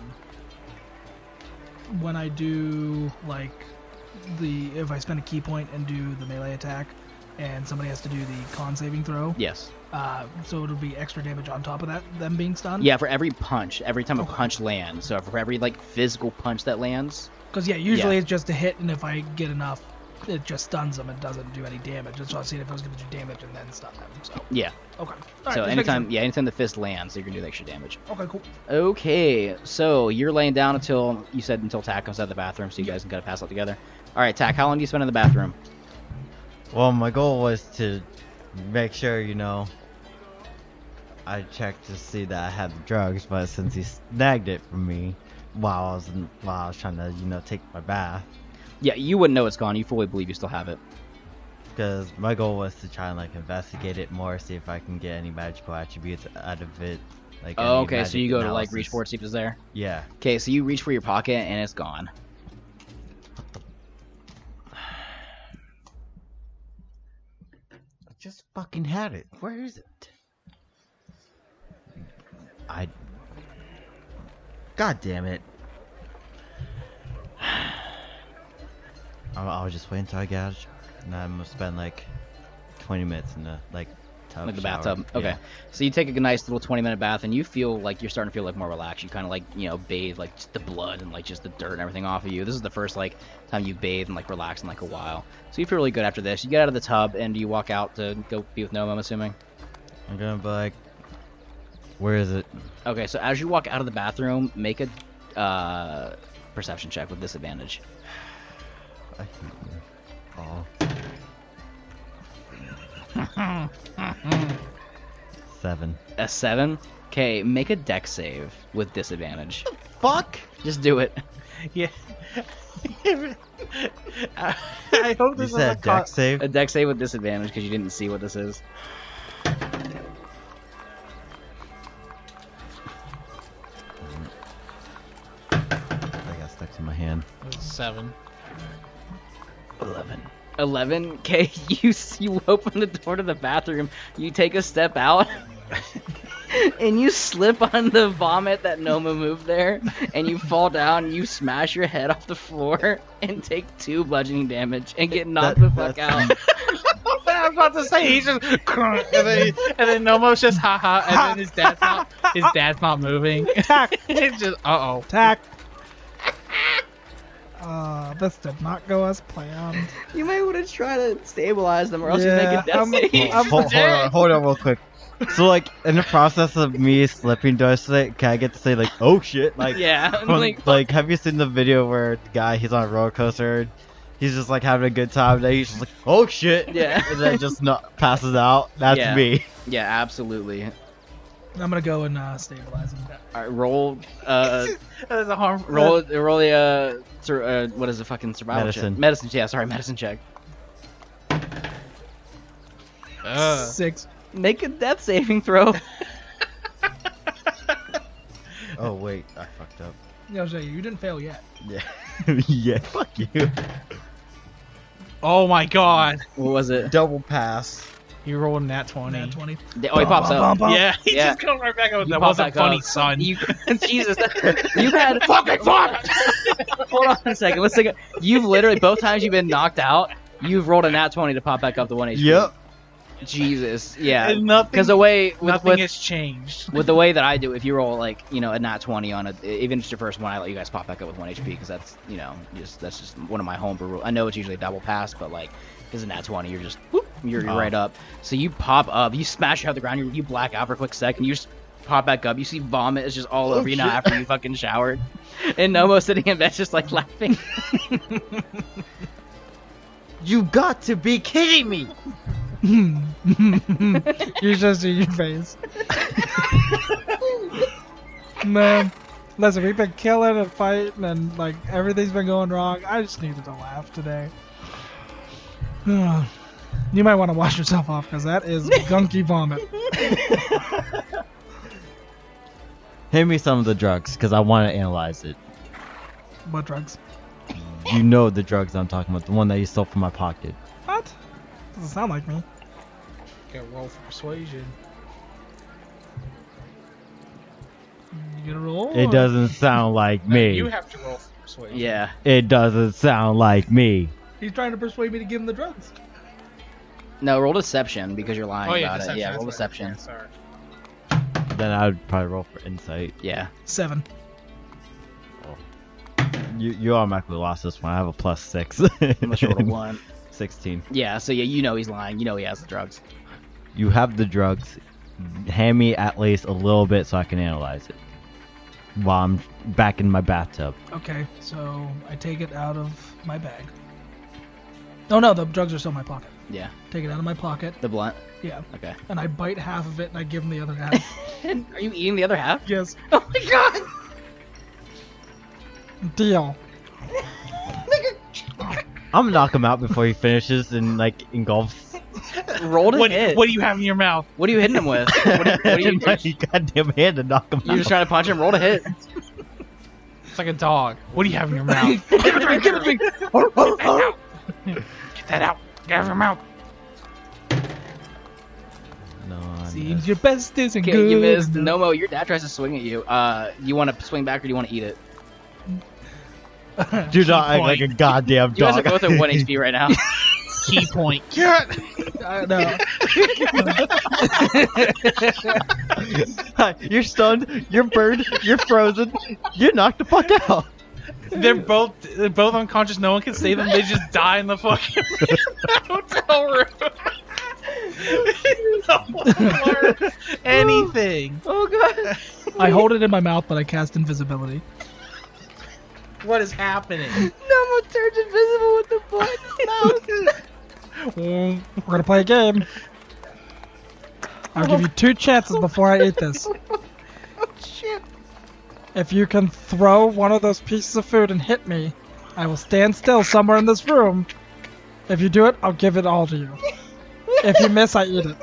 D: when I do like the if I spend a key point and do the melee attack, and somebody has to do the con saving throw,
A: Yes.
D: uh, so it'll be extra damage on top of that them being stunned.
A: Yeah, for every punch, every time a
D: Okay.
A: punch lands. So for every like physical punch that lands.
D: Because yeah, usually
A: Yeah.
D: it's just a hit, and if I get enough, it just stuns them and doesn't do any damage. That's what I was seeing if it was going to do damage and then stun them. So
A: Yeah.
D: okay, All right,
A: so
D: this makes
A: anytime,
D: sense.
A: yeah, anytime the fist lands, you're gonna do the extra damage.
D: Okay, cool.
A: Okay, so you're laying down until you said until Tack comes out of the bathroom, so you guys can kind of pass out together. All right, Tack, how long do you spend in the bathroom?
B: Well, my goal was to make sure, you know, I checked to see that I had the drugs, but since he snagged it from me while I was in, while I was trying to, you know, take my bath,
A: Yeah, you wouldn't know it's gone. You fully believe you still have it.
B: because my goal was to try and like investigate it more, see if I can get any magical attributes out of it. Like
A: Oh,
B: any
A: okay, so
B: magic
A: you go to like
B: analysis.
A: reach for it, see if it's there.
B: Yeah.
A: Okay, so you reach for your pocket and it's gone.
B: I just fucking had it. Where is it? I. God damn it. I'll, I'll just wait until I get out of the shower. And I'm gonna spend like 20 minutes in the like tub.
A: like the
B: shower.
A: bathtub. Okay.
B: Yeah.
A: So you take a nice little 20 minute bath and you feel like you're starting to feel like more relaxed. You kind of like, you know, bathe like just the blood and like just the dirt and everything off of you. This is the first like time you bathe and like relax in like a while. So you feel really good after this. You get out of the tub and you walk out to go be with Noam, I'm assuming.
B: I'm gonna be like, where is it?
A: Okay. So as you walk out of the bathroom, make a uh, perception check with disadvantage.
B: I hate you. Oh. Seven.
A: A seven. Okay. Make a deck save with disadvantage.
B: Fuck!
A: Just do it.
C: Yeah. I I hope
B: You
C: this is a
B: said deck
C: con-
B: save?
A: A deck save with disadvantage because you didn't see what this is.
C: Seven.
A: 11. 11? K, you, s- you open the door to the bathroom, you take a step out, and you slip on the vomit that Noma moved there, and you fall down, you smash your head off the floor, and take two bludgeoning damage, and get knocked
B: That-
A: the fuck
B: that's-
A: out.
C: I was about to say he's just and then, and then Nomo's just haha and then his dad's not his dad's not moving.
D: Attack!
C: it's just uh oh.
D: Attack! Uh, this did not go as planned.
A: You might want to try to stabilize them, or else you
D: Yeah,
A: make a death
D: I'm-
A: save.
B: Hold- hold, hold on, hold on, real quick. So, like, in the process of me slipping, do I say, can I get to say, like, oh shit? Like,
A: yeah, I'm
B: Well,
A: like,
B: like, have you seen the video where the guy he's on a roller coaster, he's just like having a good time, and then he's just like, oh shit,
A: yeah,
B: and then just not passes out. That's
A: Yeah.
B: me.
A: yeah, absolutely.
D: I'm gonna go and uh, stabilize him.
A: All right, roll, uh,
C: That's a harm
A: roll, roll the, uh, sur- uh, what is the fucking survival check?
B: Medicine.
A: Medicine, yeah, sorry, medicine check.
C: Uh,
D: Six.
A: Make a death saving throw.
B: Oh wait, I fucked up.
D: Yo, Jay, you didn't fail yet.
B: Yeah, yeah, fuck you.
C: oh my god.
A: What was it?
B: Double pass.
C: You rolled that twenty.
D: Nat 20.
A: Oh, he pops up.
C: Yeah, he
A: Yeah.
C: just comes right back up.
A: He
C: That
A: pops
C: wasn't
A: back up.
C: funny, son.
A: You, Jesus, you had fucking fuck. Hold on a second. Let's take. A, you've literally both times you've been knocked out. You've rolled a nat twenty to pop back up to one HP.
B: Yep.
A: Jesus. Yeah.
C: And nothing,
A: Because the way with
C: nothing
A: with,
C: has changed.
A: with the way that I do, if you roll like you know a nat twenty on it, even just your first one, I let you guys pop back up with one HP because that's you know just that's just one of my homebrew rules. I know it's usually a double pass, but like if it's a nat twenty, you're just whoop, you're, you're
B: Oh.
A: right up. So you pop up, you smash out the ground, you, you black out for a quick second, you just pop back up, you see vomit is just all
C: Oh,
A: over you now after you fucking showered, and Nomo sitting in bed just like laughing.
B: You got to be kidding me.
D: you just see your face. Man, listen, we've been killing and fighting, and like everything's been going wrong. I just needed to laugh today. you might want to wash yourself off because that is gunky vomit.
B: Hand me some of the drugs, cause I want to analyze it.
D: Butt drugs.
B: You know the drugs I'm talking about, the one that you stole from my pocket.
D: What? Doesn't sound like me.
C: Get roll for persuasion.
D: You get a roll.
B: It doesn't sound like me.
C: You have to roll for persuasion.
A: yeah,
B: it doesn't sound like me.
D: He's trying to persuade me to give him the drugs.
A: no, roll deception because you're lying
C: Oh yeah,
A: about
C: deception.
A: it. Yeah,
C: that's
A: roll
C: what I-
A: deception.
C: yeah, sorry.
B: Then I would probably roll for insight.
A: Yeah.
D: Seven.
B: You you automatically lost this one. I have a plus six.
A: Unless you rolled a one.
B: Sixteen.
A: Yeah, so yeah, you know he's lying. You know he has the drugs.
B: You have the drugs. Hand me at least a little bit so I can analyze it. While I'm back in my bathtub.
D: Okay, so I take it out of my bag. Oh no, the drugs are still in my pocket.
A: Yeah,
D: Take it out of my pocket.
A: the blunt.
D: Yeah,
A: Okay.
D: and I bite half of it and I give him the other half.
A: Are you eating the other half?
D: yes,
A: Oh my god!
D: deal.
B: I'm gonna knock him out before he finishes and like engulfs.
A: Rolled a
C: What,
A: hit.
C: what do you have in your mouth?
A: What are you hitting him with? What are, you- what are you?
B: my goddamn hand to knock him
A: You're
B: out.
A: just trying to punch him. Roll a hit.
C: It's like a dog. What do you have in your mouth? Get that out. Get out of your mouth.
B: No,
D: Seems
B: I'm
D: your best isn't
A: Okay,
D: good.
A: you missed.
D: enough.
A: Nomo, your dad tries to swing at you. Uh, you want to swing back or do you want to eat it?
B: do not act like a goddamn
A: You guys are
B: dog.
A: both at one HP right now.
C: Key point.
D: Uh, no.
B: you're stunned. You're burned. You're frozen. You're knocked the fuck out.
C: They're both they're both unconscious. No one can save them. They just die in the fucking hotel room. No one learned anything.
A: oh god.
D: I hold it in my mouth, but I cast invisibility.
C: What is happening?
A: Nomo turns invisible with the blunt.
D: We're gonna play a game. I'll give you two chances before I eat this.
A: Oh,
D: If you can throw one of those pieces of food and hit me, I will stand still somewhere in this room. If you do it, I'll give it all to you. If you miss, I eat it.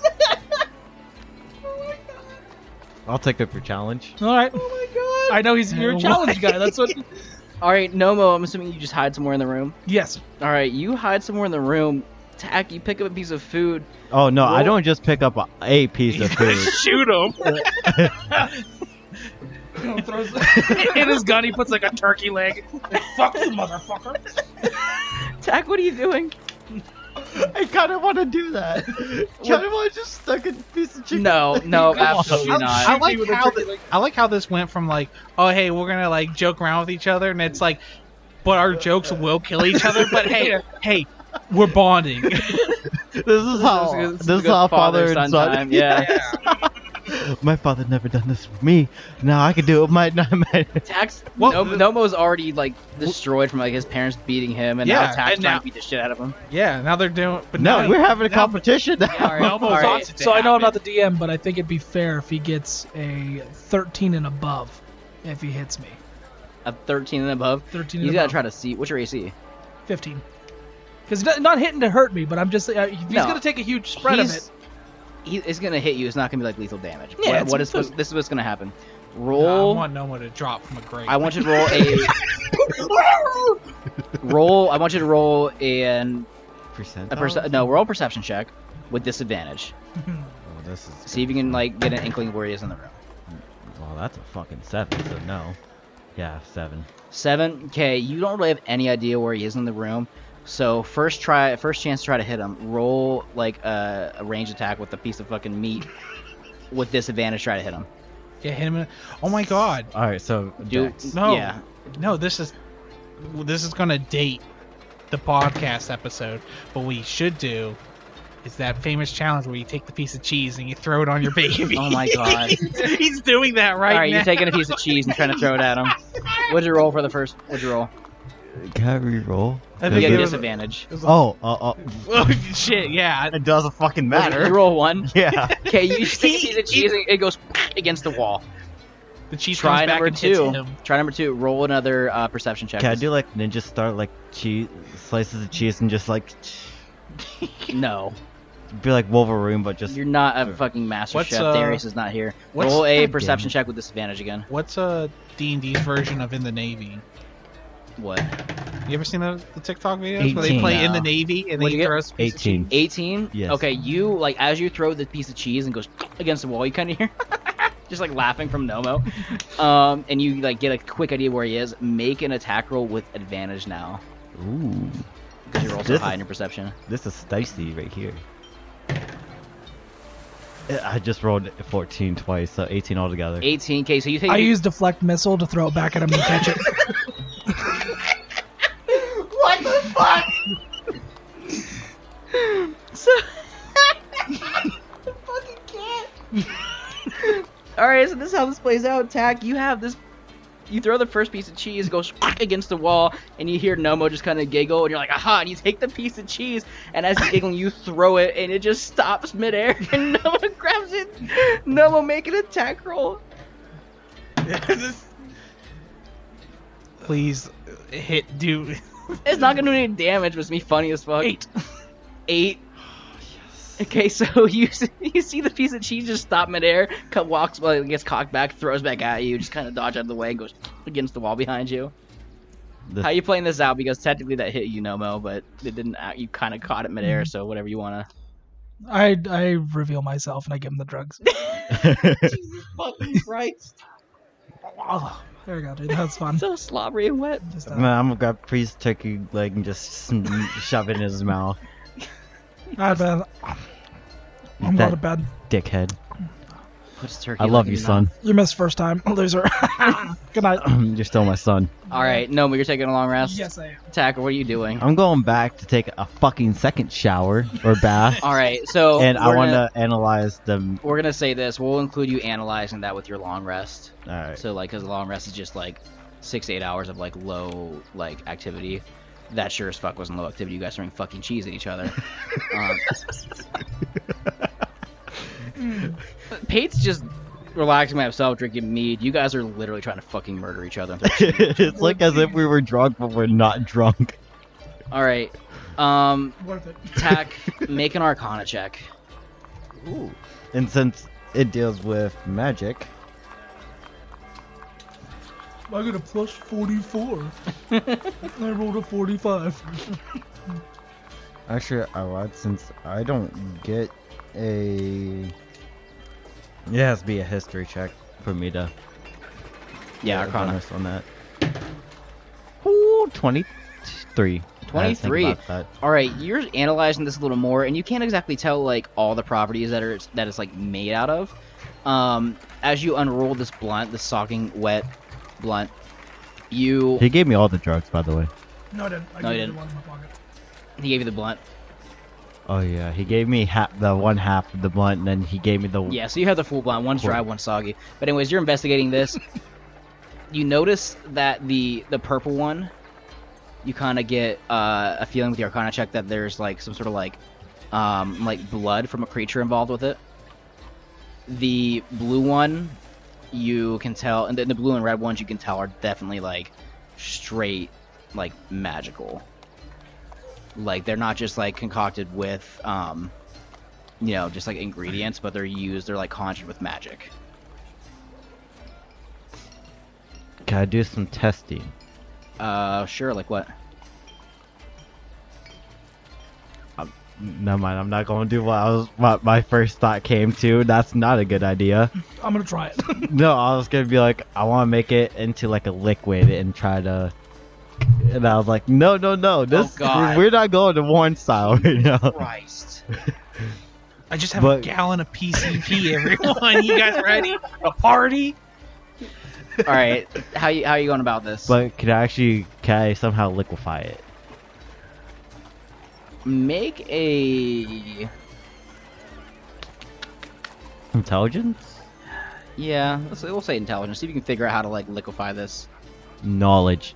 B: I'll take up your challenge.
D: All right.
A: Oh my god.
D: I know he's your
A: Why?
C: Uh,
D: challenge guy. That's what
A: All right, Nomo, I'm assuming you just hide somewhere in the room.
D: Yes.
A: All right, you hide somewhere in the room. Tack, you pick up a piece of food.
B: Oh no, I
A: Roll-
B: don't just pick up a, a piece of food.
C: Shoot him.
D: Throws in his gun, he puts like a turkey leg. Like, Fuck you, motherfucker.
A: Tack, what are you doing?
B: I kind of want to do that. Kind of want to just stuck a piece of chicken.
A: No, no,
B: Come on.
A: absolutely
B: I'm
A: not.
C: I like
D: with a
C: how
D: turkey
C: thi- I like how this went from like, oh hey, we're gonna like joke around with each other, and it's like, but our jokes will kill each other. But hey, hey, we're bonding.
B: This is how
A: This is-
B: this,
A: this is
B: is how
A: good
B: father and son.
A: time, Yeah.
B: My father never done this with me. Now I can do it with my. my
A: Tax
C: Well,
A: no,
C: the-
A: Nomo's already like destroyed from like his parents beating him, and now
C: Yeah,
A: Tax trying
C: and now-
A: to beat the shit out of him.
C: yeah. Now they're doing. But
B: no,
C: now,
B: we're having a
C: now-
B: competition now.
A: Yeah, all right.
C: Nomo's
A: all right.
C: on to
D: So I know I'm not the DM, but I think it'd be fair if he gets a 13 and above if he hits me.
A: A 13 and above.
D: 13 and
A: You
D: above.
A: gotta try to see. What's your AC?
D: 15. Because not hitting to hurt me, but I'm just uh, he's
A: No.
D: gonna take a huge spread of it.
A: He's- He, it's gonna hit you. It's not gonna be like lethal damage. What-
D: Yeah, it's
A: what
D: some
A: is this?
D: food.
A: This is what's gonna happen.
C: Nah, I
A: Roll.
C: want Noma to drop from a grate.
A: I want you to roll a roll. I want you to roll an
B: Percent.
A: a perce- no roll perception check with disadvantage.
B: Oh, this is.
A: See if you can like get an inkling of where he is in the room.
B: Well, that's a fucking seven. So no. Yeah, seven.
A: Seven. Okay, you don't really have any idea where he is in the room. So first try, first chance to try to hit him. Roll like a, a range attack with a piece of fucking meat with disadvantage. Try to hit him.
C: yeah, hit him. In, oh my god.
B: All right, so
A: Do
B: Dex.
C: No.
A: Yeah.
C: No, this is this is gonna date the podcast episode. But what you should do is that famous challenge where you take the piece of cheese and you throw it on your baby.
A: Oh my god.
C: He's doing that right
A: All right,
C: now.
A: you're taking a piece of cheese and trying to throw it at him. What'd you roll for the first? What'd you roll?
B: Can I re-roll?
C: I
A: You
C: think
A: get
C: it was-
A: disadvantage.
B: Oh, uh, uh,
C: oh shit! Yeah.
B: it doesn't fucking
A: You
B: matter.
A: roll one.
B: Yeah.
A: Okay, you stick a piece of cheese and it goes against the wall.
C: The cheese
A: Try
C: comes back
A: number
C: and hits
A: two.
C: him.
A: Try number two. Roll another uh, perception check.
B: Can I do like ninja start like cheese slices of cheese and just like
A: No,
B: be like Wolverine but just
A: you're not a fucking master
C: What's,
A: chef.
C: uh,
A: Darius is not here.
C: what's-
A: Roll a
B: God damn
A: perception
B: it.
A: check with disadvantage again.
C: What's a D and D's version of In the Navy?
A: What?
C: You ever seen those the TikTok videos where they play
A: 18.
C: In the Navy and
A: What'd
C: they
A: you get?
C: throw us a piece of cheese?
B: eighteen?
A: 18?
B: Yes.
A: Okay, you, like, as you throw the piece of cheese and goes against the wall, you kind of hear just, like, laughing from Nomo. Um, and you, like, get a quick idea where he is. Make an attack roll with advantage now.
B: Ooh,
A: Because you're also
B: This
A: high
B: is-
A: in your perception.
B: this is dicey right here. I- I just rolled fourteen twice, so eighteen altogether.
A: 18k, so you take.
D: I use deflect missile to throw it back at him and catch it.
E: What the fuck?
A: So,
E: I fucking can't.
A: Alright, so this is how this plays out, Tack. You have this. You throw the first piece of cheese, it goes against the wall, and you hear Nomo just kind of giggle, and you're like, aha, and you take the piece of cheese, and as he's giggling, you throw it, and it just stops midair, and Nomo grabs it. Nomo, make an attack roll.
C: Please uh, hit do.
A: It's not gonna do any damage, but it's me funny as fuck. Eight. Eight. Okay, so you see, you see the piece of cheese just stop midair, cut, walks, well, it gets cocked back, throws back at you, just kind of dodge out of the way, and goes against the wall behind you.
B: This-
A: How you playing this out? Because technically that hit you, Nomo, but it didn't. out- You kind of caught it midair, so whatever you wanna.
D: I I reveal myself and I give him the drugs.
E: Jesus fucking Christ.
D: Oh, there we go, dude. That's fun.
A: So slobbery and wet.
D: Just, uh,
B: Man, I'm gonna grab priest turkey leg and just sn- shove it in his mouth,
D: I bet- I'm
B: That-
D: going to bed.
B: dickhead.
A: Puts turkey
B: I love
A: leg in
B: you, son.
D: You missed first time, loser. Good night.
B: You're still my son.
A: mouth. All right, Nomo, you're taking a long rest.
D: Yes, I am.
A: Tackle. What are you doing?
B: I'm going back to take a fucking second shower or bath,
A: All right, so
B: and I
A: we're
B: want
A: gonna-
B: to analyze them.
A: We're gonna say this. We'll include you analyzing that with your long rest.
B: All right.
A: So like, because long rest is just like six to eight hours of like low like activity. That sure as fuck wasn't low activity. You guys throwing fucking cheese at each other. um, Pate's just relaxing by himself, drinking mead. You guys are literally trying to fucking murder each other.
B: it's like as if we were drunk, but we're not drunk.
A: All right, um,
D: Worth it.
A: Tack, make an Arcana check.
B: Ooh. And since it deals with magic,
D: I got a plus 44. I rolled a 45.
B: Actually, I lied since I don't get a. It has to be a history check for me to
A: Yeah,
B: get a
A: Arcana.
B: bonus on that. Ooh, 23. I had to think
A: 23.
B: about that.
A: All right, you're analyzing this a little more, and you can't exactly tell like all the properties that are that it's like made out of. Um, as you unroll this blunt, this soggy wet blunt, you
B: He gave me all the drugs, by the way.
D: No, I didn't.
A: No,
D: I
A: you
D: got the
A: didn't.
D: one in my pocket.
A: he gave you the blunt.
B: Oh yeah, he gave me half the one half of the blunt, and then he gave me the
A: Yeah, so you have the full blunt. One's dry,
B: Cool.
A: one's soggy. But anyways, you're investigating this. you notice that the the purple one, you kind of get uh, a feeling with the Arcana check that there's like some sort of like um, like blood from a creature involved with it. The blue one, you can tell, and then the blue and red ones you can tell are definitely like straight like magical. Like they're not just like concocted with um, you know, just like ingredients, but they're used, they're like conjured with magic.
B: Can I do some testing?
A: Uh, sure, like what?
B: Never mind, I'm not going to do what I was what my first thought came to. That's not a good idea.
D: I'm going to try it.
B: no, I was gonna be like, I want to make it into like a liquid and try to. And I was like, no, no, no, this
A: God.
B: we're not going to Warren style right now.
A: Christ.
C: I just have a
B: But-
C: gallon of PCP, everyone. you guys ready? A party?
A: All right, how you how you going about this?
B: But can I actually can I somehow liquefy it?
A: Make a
B: Intelligence,
A: yeah. Let's we'll say intelligence. See if you can figure out how to like liquefy this.
B: knowledge.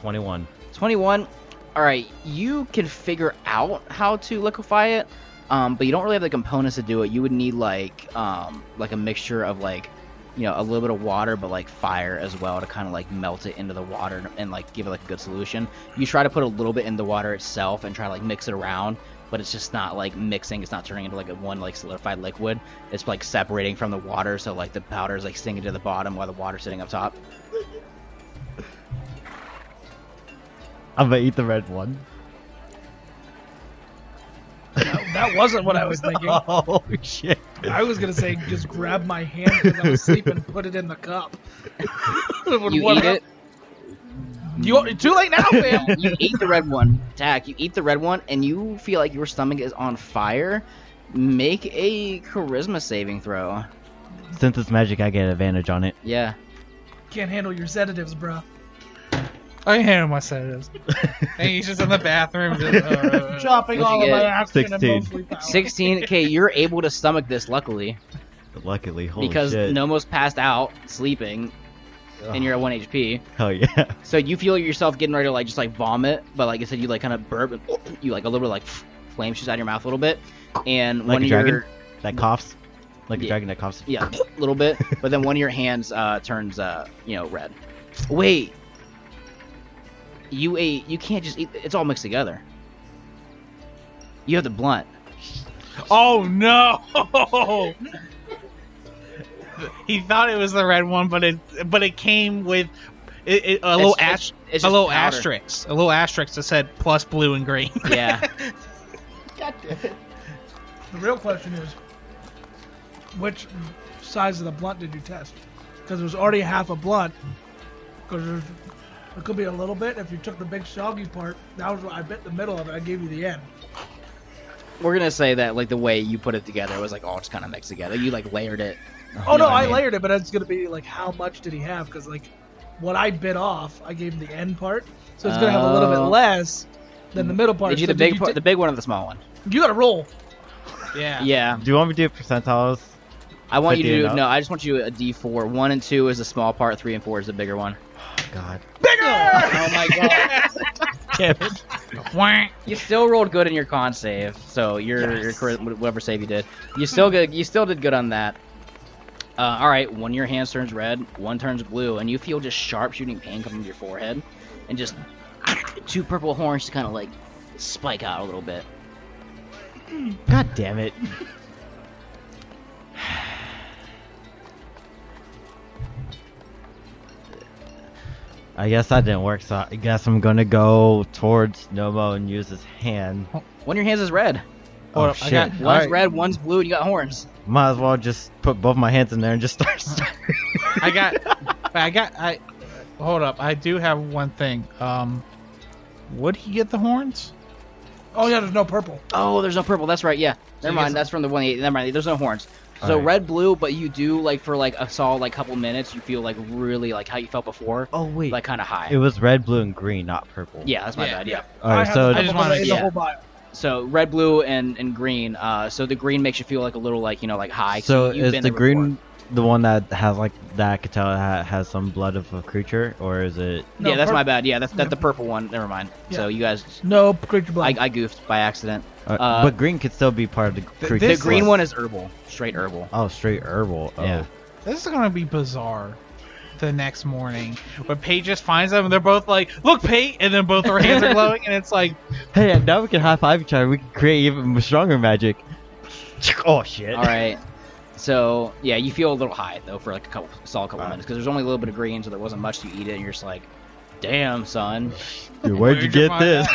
B: Twenty-one.
A: Twenty-one. All right, you can figure out how to liquefy it, um, but you don't really have the components to do it. You would need like um, like a mixture of like you know a little bit of water, but like fire as well to kind of like melt it into the water and, and like give it like a good solution. You try to put a little bit in the water itself and try to like mix it around, but it's just not like mixing. It's not turning into like a one like solidified liquid. It's like separating from the water, so like the powder is like sinking to the bottom while the water's sitting up top.
B: I'm gonna eat the red one.
D: that wasn't what I was thinking.
B: Oh shit!
D: I was going to say just grab my hand because I was sleeping, put it in the cup.
A: You
D: What
A: eat
D: up?
A: it.
D: You, too late now, fam.
A: you eat the red one. Tack, you eat the red one, and you feel like your stomach is on fire. Make a charisma saving throw.
B: Since it's magic, I get advantage on it.
A: Yeah.
D: Can't handle your sedatives, bruh.
C: I handle my sedatives. and he's just in the bathroom. Just, uh,
D: Chopping
A: What'd
D: all
A: you
D: of my
A: get?
D: action
B: 16.
D: and mostly power.
A: 16k, you're able to stomach this, luckily,
B: Luckily, holy
A: because
B: shit!
A: Nomo's passed out, sleeping, and you're at 1 HP.
B: Hell Oh, yeah!
A: So you feel yourself getting ready to, like, just, like, vomit, but, like I said, you, like, kind of burp, and you, like, a little bit, like, flame shoots out of your mouth a little bit, and
B: Like
A: one
B: a
A: of
B: dragon?
A: your...
B: That coughs, like
A: Yeah.
B: a dragon that coughs.
A: Yeah, a little bit, but then one of your hands uh, turns, uh, you know, red. Wait, you ate? You can't just eat. It's all mixed together. You have the blunt.
C: oh no! he thought it was the red one, but it but it came with it, it, a little
A: It's-
C: ash,
A: it's
C: a
A: just
C: little
A: powder.
C: asterisk, a little asterisk that said plus blue and green.
A: Yeah,
E: God damn it.
D: The real question is, which size of the blunt did you test? Because there's already half a blunt. Because there's, it could be a little bit. If you took the big soggy part, that was what I bit the middle of it. I gave you the end.
A: we're gonna say that like the way you put it together was like all just kind of mixed together. You like layered it.
D: Oh no,
A: what
D: I
A: mean?
D: layered it, but it's gonna be like how much did he have? Because like, what I bit off, I gave him the end part, so it's gonna have a little
A: Oh.
D: bit less than the middle part.
A: Did you
D: So
A: the big
D: you,
A: part,
D: ta-
A: the big one or the small one?
D: you gotta roll.
C: yeah.
A: Yeah,
B: Do you want me to do percentiles?
A: I want you
B: 50
A: to
B: and
A: do
B: up?
A: no. I just want you to do a D four. One and two is the small part. Three and four is the bigger one.
B: God
D: Bigger.
A: Oh my god!
B: damn it!
C: Wah.
A: You still rolled good in your con save, so your your chari- whatever save you did, you still good. You still did good on that. Uh, all right, one of your hands turns red, one turns blue, and you feel just sharp shooting pain coming from your forehead, and just two purple horns just kind of like spike out a little bit.
B: God damn it! I guess that didn't work, so I guess I'm gonna go towards Nomo and use his hand.
A: One of your hands is red.
B: Oh,
C: Hold up, I
B: shit.
C: got-
A: One's
B: Alright.
A: red, one's blue, and you got horns.
B: Might as well just put both my hands in there and just start.
C: I got. I got. I hold up. I do have one thing. Um, would he get the horns?
D: Oh yeah, there's no purple.
A: Oh, there's no purple. That's right. Yeah. Never
C: you
A: mind.
C: guess-
A: That's from the one. Never mind. There's no horns. So
B: Alright.
A: red, blue, but you do like for like a solid like couple minutes, you feel like really like how you felt before,
B: oh wait,
A: like kind of high.
B: it was red, blue, and green, not purple.
A: yeah, that's my
C: Yeah,
A: bad. Yeah.
B: All right,
D: I
B: so
D: have the
C: I just
D: purple
C: wanted
D: in
A: to-
D: the
A: yeah.
D: whole bio.
A: So red, blue, and and green. Uh, so the green makes you feel like a little like you know like high. 'cause
B: so
A: you- you've
B: is
A: been
B: the
A: there before.
B: green the one that has like that I could tell ha- has some blood of a creature, or is it?
D: No,
A: yeah, that's
D: pur-
A: my bad. Yeah, that's that's the purple one. Never mind. So you guys,
D: No creature
A: I,
D: blood.
A: I goofed by accident.
B: uh,
A: Uh,
B: but green could still be part of the creature.
A: The
C: This
A: green
B: list.
A: one is herbal, straight herbal.
B: Oh, straight herbal. Oh.
A: Yeah.
C: This is gonna be bizarre. The next morning, when Paige just finds them, and they're both like, "Look, Pate," and then both their hands are glowing, and it's like,
B: Hey, now we can high five each other. We can create even stronger magic. Oh shit!
A: All right. So yeah, you feel a little high though for like a couple solid couple
B: Wow.
A: minutes because there's only a little bit of green, so there wasn't much to eat it, and you're just like, damn son.
B: Dude,
C: Where'd
B: where'd you
C: you
B: get
C: find
B: this?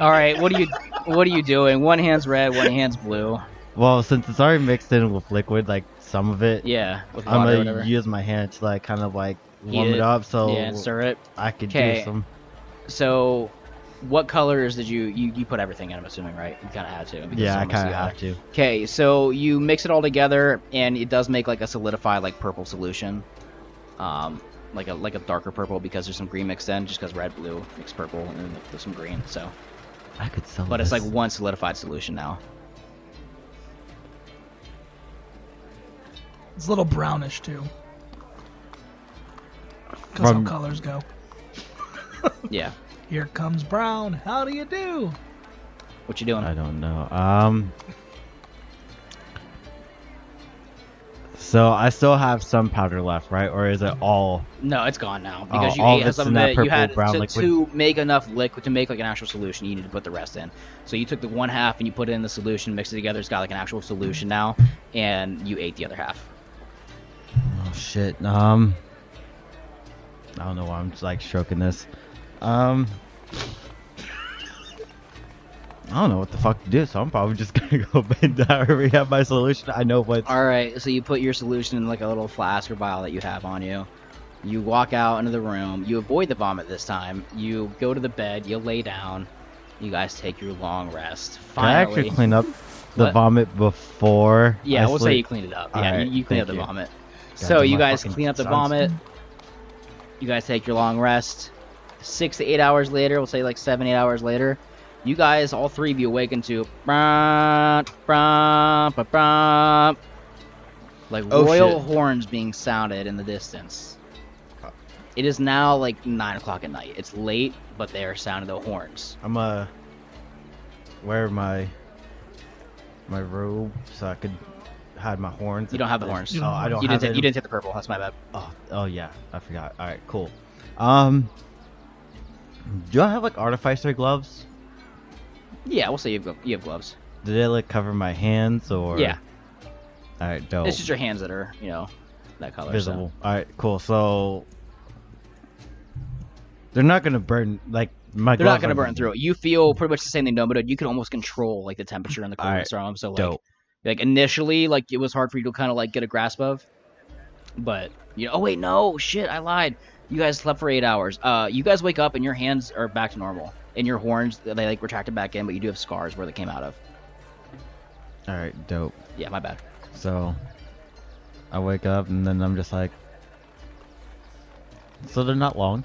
A: All right, what are you what are you doing? One hand's red, one hand's blue.
B: well, since it's already mixed in with liquid, like some of it,
A: Yeah, with water
B: I'm
A: or
B: gonna
A: whatever.
B: use my hand to like kind of like
A: Heat
B: warm it,
A: it.
B: up so
A: yeah, stir it.
B: I could do
A: 'Kay.
B: some.
A: So, what colors did you you, you put everything in? I'm assuming, right? You kind of had to. because
B: Yeah, I
A: someone must
B: kind of
A: see
B: have to.
A: Okay, so you mix it all together, and it does make like a solidified like purple solution, um, like a like a darker purple because there's some green mixed in, just because red blue makes purple and then there's some green. So,
B: I could sell.
A: but it's like
B: this.
A: one solidified solution now.
D: It's a little brownish too. Cause
B: From-
D: how colors go.
A: Yeah,
D: Here comes brown. How do you do?
A: what you doing?
B: I don't know. Um. So I still have some powder left, right? Or is it all?
A: No, it's gone now because
B: Oh,
A: you
B: all
A: ate
B: that's
A: some
B: in
A: of
B: that
A: it. you
B: purple
A: had
B: brown
A: to,
B: liquid.
A: to make enough liquid to make like an actual solution. You need to put the rest in. So you took the one half and you put it in the solution, mixed it together. It's got like an actual solution now, and you ate the other half.
B: Oh shit. Um. I don't know why I'm just like stroking this. Um. I don't know what the fuck to do, so I'm probably just gonna go bend down and already have my solution. I know what's
A: All right, so you put your solution in like a little flask or vial that you have on you. You walk out into the room. You avoid the vomit this time. You go to the bed. You lay down. You guys take your long rest.
B: Can I actually
A: Finally,
B: clean up the
A: What?
B: vomit before?
A: yeah,
B: I
A: we'll say you
B: sleep?
A: cleaned it up.
B: All
A: yeah,
B: right,
A: you, you clean
B: thank
A: up the
B: you.
A: vomit.
B: Gotta
A: so
B: do
A: you
B: my
A: guys
B: fucking
A: clean up the
B: sounds.
A: vomit. You guys take your long rest. Six to eight hours later, we'll say like seven, eight hours later, you guys, all three of you, awaken to "Brrrr, brrrr, brrrr," like
B: Oh,
A: royal
B: shit.
A: horns being sounded in the distance. It is now like nine o'clock at night. It's late, but they are sounding the horns.
B: I'm uh wear my my robe so I could hide my horns.
A: You don't have the horns.
B: Oh, I don't
A: you
B: have
A: didn't. Take,
B: it.
A: you didn't take the purple. That's my bad.
B: Oh, oh yeah, I forgot. All right, cool. Um, do I have like artificer gloves?
A: Yeah, we'll say you have, glo- you have gloves.
B: Do they like cover my hands or?
A: Yeah,
B: All right, dope.
A: it's just your hands that are you know that color. so-
B: visible. All right, cool. So they're not gonna burn like my.
A: They're not going
B: gloves
A: to
B: aren't
A: burn through it. You feel pretty much the same thing, Noma did. You can almost control like the temperature and the
B: All right,
A: coolness from. So like,
B: Dope.
A: like initially, like it was hard for you to kind of like get a grasp of. But you know, oh wait, no, shit, I lied. You guys slept for eight hours. Uh, you guys wake up and your hands are back to normal, and your horns they like retracted back in, but you do have scars where they came out of.
B: All right, dope.
A: Yeah, my bad.
B: So I wake up and then I'm just like, so they're not long.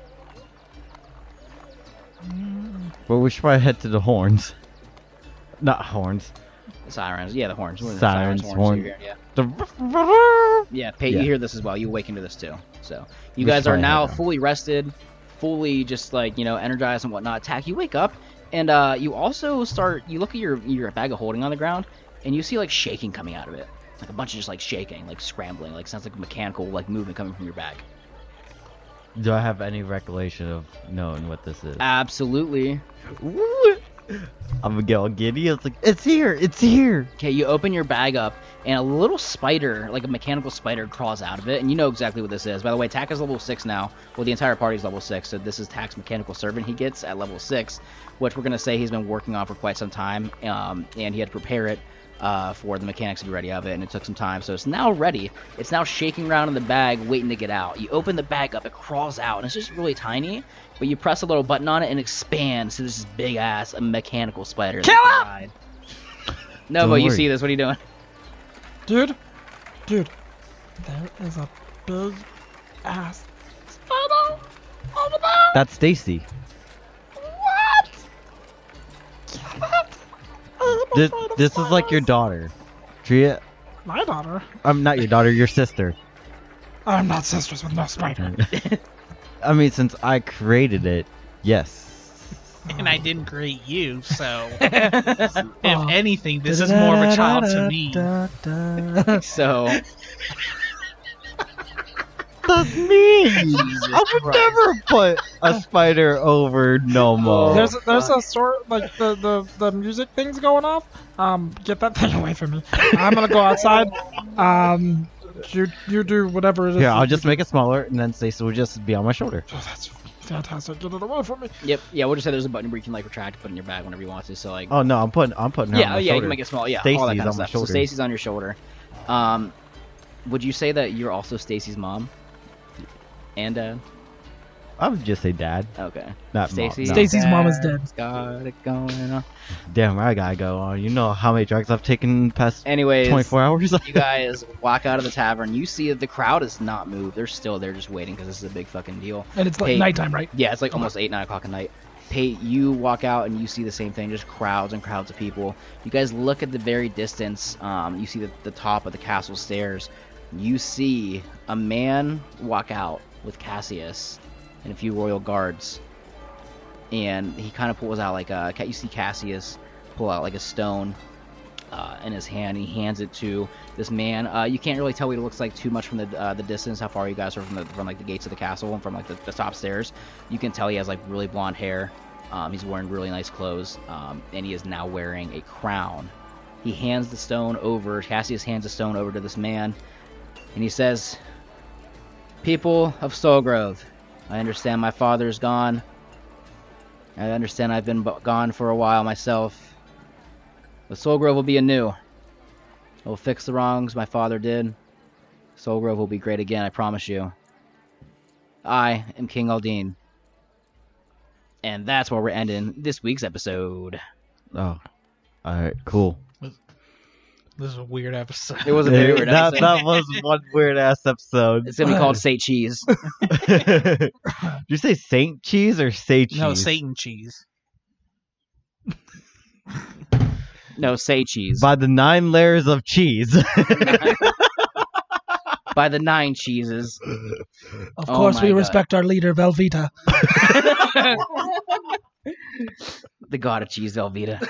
B: But we should probably head to the horns. Not horns.
A: Sirens, yeah, the horns. We're in the
B: Sirens, horn-
A: here, yeah,
B: The
A: yeah. Pate,
B: Yeah.
A: you hear this as well. You awaken to this too. So you
B: We
A: guys
B: should
A: are
B: probably
A: now
B: head down.
A: fully rested, fully just like you know energized and whatnot. Tack, you wake up and uh, you also start. You look at your your bag of holding on the ground, and you see like shaking coming out of it, like a bunch of just like shaking, like scrambling, like sounds like mechanical like movement coming from your bag.
B: Do I have any recollection of knowing what this is?
A: Absolutely.
B: I'm gonna get all giddy. It's like, it's here, it's here.
A: Okay, you open your bag up, and a little spider, like a mechanical spider, crawls out of it, and you know exactly what this is. By the way, Tack is level 6 now. Well, the entire party's level 6, so this is Tack's mechanical servant he gets at level 6, which we're going to say he's been working on for quite some time, um, and he had to prepare it uh, for the mechanics to be ready of it, and it took some time, so it's now ready. It's now shaking around in the bag, waiting to get out. You open the bag up, it crawls out, and it's just really tiny, but you press a little button on it and it expands to this big ass mechanical spider. Kill him! No,
B: Don't
A: but you
B: worry.
A: see this. What are you doing?
D: Dude, dude, there is a big ass spider over there.
B: That's Stacy.
D: What? Oh, Kill
B: This,
D: it. I'm afraid of
B: this is like your
D: spiders.
B: daughter. Treat it.
D: My daughter.
B: I'm not your daughter, your sister.
D: I'm not sisters with no spider.
B: I mean, since I created it, yes.
C: And I didn't create you, so
D: Oh.
C: if anything, this is more of a child to me.
B: That's
A: So
B: me. I would never put a spider over Nomo.
D: There's there's a sort like the, the the music thing's going off. Um, get that thing away from me. I'm gonna go outside. Um, you you do whatever it is.
B: Here,
D: that
B: I'll
D: you
B: just make it smaller, and then Stacy will just be on my shoulder.
D: do. Oh, that's fantastic. Get it away from me.
A: yep, yeah, we'll just say there's a button where you can like retract, put it in your bag whenever you want to. So like,
B: Oh no, I'm putting, I'm putting her on
A: yeah,
B: my
A: yeah, you
B: shoulder.
A: can make it small. Yeah, all that
B: Stacy's
A: kind of
B: on my
A: stuff. So
B: shoulder.
A: Stacy's on your shoulder. Um, would you say that you're also Stacy's mom? And uh,
B: I would just say dad,
A: okay,
B: not
A: Stacy.
B: mom. no.
D: Stacy's mom is dead.
A: Got it going on.
B: Damn, I gotta go on. You know how many drugs I've taken in the past
A: Anyways,
B: 24 hours?
A: you guys walk out of the tavern. You see that the crowd has not moved. They're still there, just waiting because this is a big fucking deal.
D: And it's like
A: Hey.
D: nighttime, right?
A: Yeah, it's like almost eight, nine o'clock at night. Pate, you walk out and you see the same thing, just crowds and crowds of people. You guys look at the very distance. Um, you see the, the top of the castle stairs. You see a man walk out with Cassius and a few royal guards, and he kind of pulls out like a. You see Cassius pull out like a stone uh, in his hand. He hands it to this man. Uh, you can't really tell what he looks like too much from the uh, the distance, how far you guys are from the from like the gates of the castle and from like the, the top stairs. You can tell he has like really blonde hair. Um, he's wearing really nice clothes, um, and he is now wearing a crown. He hands the stone over. Cassius hands the stone over to this man, and he says, "People of Soulgrove, I understand my father is gone. I understand I've been b- gone for a while myself. But Soulgrove will be anew. It will fix the wrongs my father did. Soulgrove will be great again, I promise you. I am King Aldine. And that's where we're ending this week's episode.
B: oh, alright, cool.
C: This is a weird episode.
A: It was a
B: Hey,
A: very weird
B: that,
A: episode.
B: that was one weird ass episode.
A: It's gonna be called Say Cheese.
B: Did you say Saint Cheese or Say Cheese?
C: No, Satan cheese.
A: No, Say Cheese.
B: By the nine layers of cheese.
A: By the nine cheeses.
D: Of
A: Oh
D: course,
A: my
D: we
A: God.
D: respect our leader Velveeta.
C: Oh,
A: The god of cheese, Velveeta.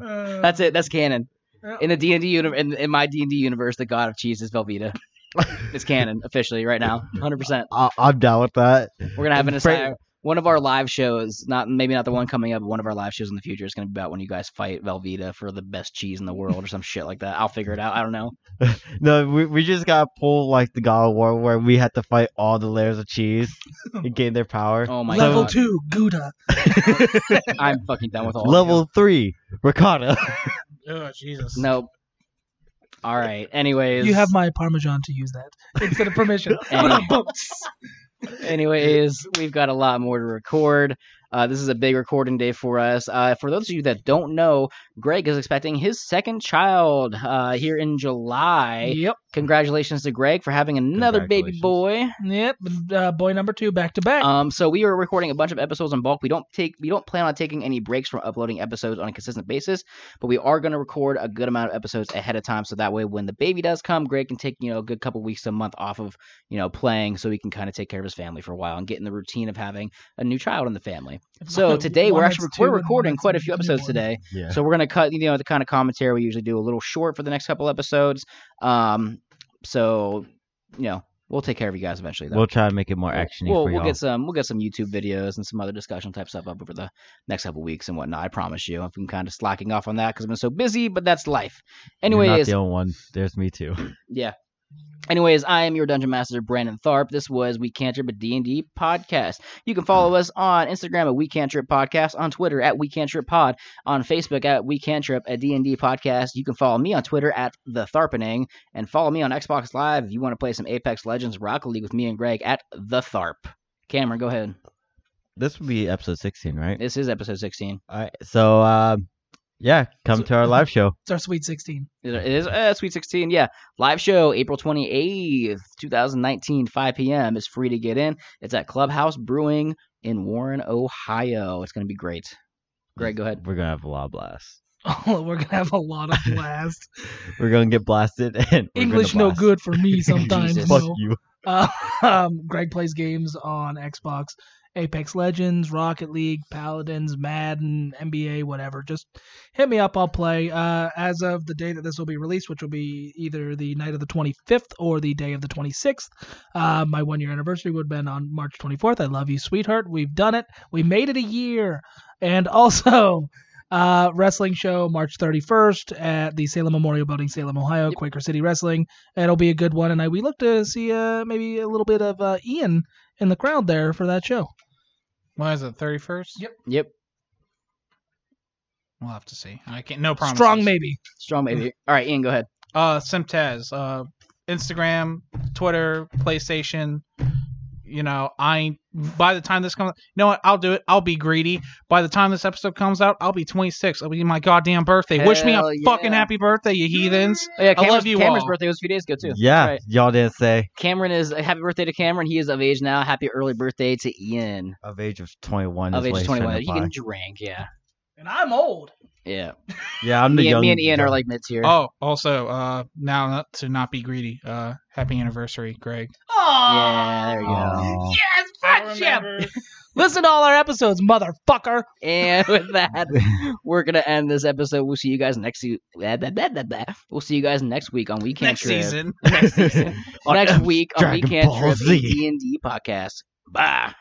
D: Uh,
A: That's it. That's canon. In the D and D universe, in, in my D and D universe, the god of cheese is Velveeta. It's canon officially right now, hundred percent.
B: I, I'm down with that.
A: We're gonna have an
B: And Fra-
A: entire one of our live shows. Not maybe not the one coming up, but one of our live shows in the future is gonna be about when you guys fight Velveeta for the best cheese in the world or some shit like that. I'll figure it out. I don't know.
B: No, we, we just gotta pull like the God of War where we had to fight all the layers of cheese and gain their power.
A: Oh my
D: Level
A: god,
D: two, Gouda.
A: I'm fucking done with all. of you.
B: Level three, ricotta.
C: Oh Jesus.
A: Nope. All right. Anyways,
D: You have my parmesan to use that instead of permission.
A: Anyway.
D: Bumps.
A: Anyways, we've got a lot more to record. Uh, this is a big recording day for us. Uh, for those of you that don't know, Greg is expecting his second child uh, here in July.
D: yep,
A: Congratulations to Greg for having another baby
B: Congratulations.
A: boy.
D: yep. Uh, boy number two, back to back.
A: Um, so we are recording a bunch of episodes in bulk. We don't take, we don't plan on taking any breaks from uploading episodes on a consistent basis, but we are going to record a good amount of episodes ahead of time, so that way when the baby does come, Greg can take you know a good couple weeks to a month off of you know playing, so he can kind of take care of his family for a while and get in the routine of having a new child in the family. So today we're
D: One
A: actually
D: that's two
A: we're
D: and one
A: recording
D: that's
A: quite a few episodes
D: newborn.
A: today.
B: Yeah.
A: So we're gonna cut, you know, the kind of commentary we usually do a little short for the next couple episodes. Um, so you know, We'll take care of you guys eventually, though.
B: We'll try to make it more actiony
A: We'll, we'll
B: for y'all.
A: get some we'll get some YouTube videos and some other discussion type stuff up over the next couple weeks and whatnot. I promise you. I've been kind of slacking off on that because I've been so busy, but that's life.
B: You're not
A: Anyways,
B: the only one. There's me too.
A: yeah. Anyways, I am your dungeon master, Brandon Tharp. This was We Cantrip a D&D podcast. You can follow us on Instagram at We Cantrip Podcast, on Twitter at We Cantrip Pod, on Facebook at We Cantrip a D&D podcast. You can follow me on Twitter at The Tharpening, and follow me on Xbox Live if you want to play some Apex Legends Rocket League with me and Greg at The Tharp. Cameron, go ahead.
B: this would be episode 16, right?
A: This is episode 16.
B: All right. So, uh, yeah, come
D: So-
B: to our live show.
D: It's our Sweet 16.
A: It is uh, Sweet 16, yeah. Live show, April 28th, 2019, 5 p.m. It's free to get in. It's at Clubhouse Brewing in Warren, Ohio. It's going to be great. Greg, go ahead.
B: We're gonna have a lot of blasts.
D: Oh, we're gonna have a lot of blast.
B: We're gonna get blasted and we're gonna
D: English no
B: blast.
D: good for me sometimes.
A: Jesus.
D: no.
B: Fuck you.
D: Uh, um, Greg plays games on Xbox, Apex Legends, Rocket League, Paladins, Madden, NBA, whatever. Just hit me up. I'll play. Uh, as of the day that this will be released, which will be either the night of the 25th or the day of the 26th, uh, my one year anniversary would have been on March 24th. I love you, sweetheart. We've done it. We made it a year. And also. Uh, wrestling show March 31st at the Salem Memorial Building, Salem, Ohio,
A: Yep.
D: Quaker City Wrestling it'll be a good one. And I, we look to see uh, maybe a little bit of uh, Ian in the crowd there for that show.
C: What is it? Thirty first?
D: Yep.
A: Yep.
C: We'll have to see. I can't. No promises.
D: Strong maybe.
A: Strong baby. All right, Ian, go ahead.
C: Uh, Simtaz. Uh, Instagram, Twitter, PlayStation. You know, I. By the time this comes, you know what? I'll do it. I'll be greedy. By the time this episode comes out, I'll be 26. It'll be my goddamn birthday. Wish me a
A: Hell yeah.
C: fucking happy birthday, you heathens.
A: Oh, yeah,
C: I love
A: Cameron's,
C: you
A: Cameron's
C: all.
A: birthday was a few days ago, too. That's
B: Yeah,
A: right.
B: y'all didn't say
A: Cameron is happy birthday to Cameron. He is of age now. Happy early birthday to Ian.
B: of age of 21.
A: Of
B: is what
A: age
B: he's
A: 21.
B: trying
A: He
B: to apply.
A: can drink, yeah.
D: And I'm old.
A: Yeah.
B: Yeah, I'm the
A: Me, and-
B: young.
A: me and Ian are
B: young-
A: like mid tier.
C: Oh, also, uh, now not, to not be greedy. Uh, happy anniversary, Greg.
A: Yeah, there you go.
B: Aw.
D: Yes, fuck you. Listen to all our episodes, motherfucker.
A: And with that, we're gonna end this episode. We'll see you guys next. se- Blah, blah, blah, blah, blah. We'll see you guys next week on We Can't
C: Next
A: Trip.
C: season.
A: Next, season. next week on We
B: Dragon
A: Can't
B: Ball
A: Trip
B: Z.
A: D and D podcast. Bye.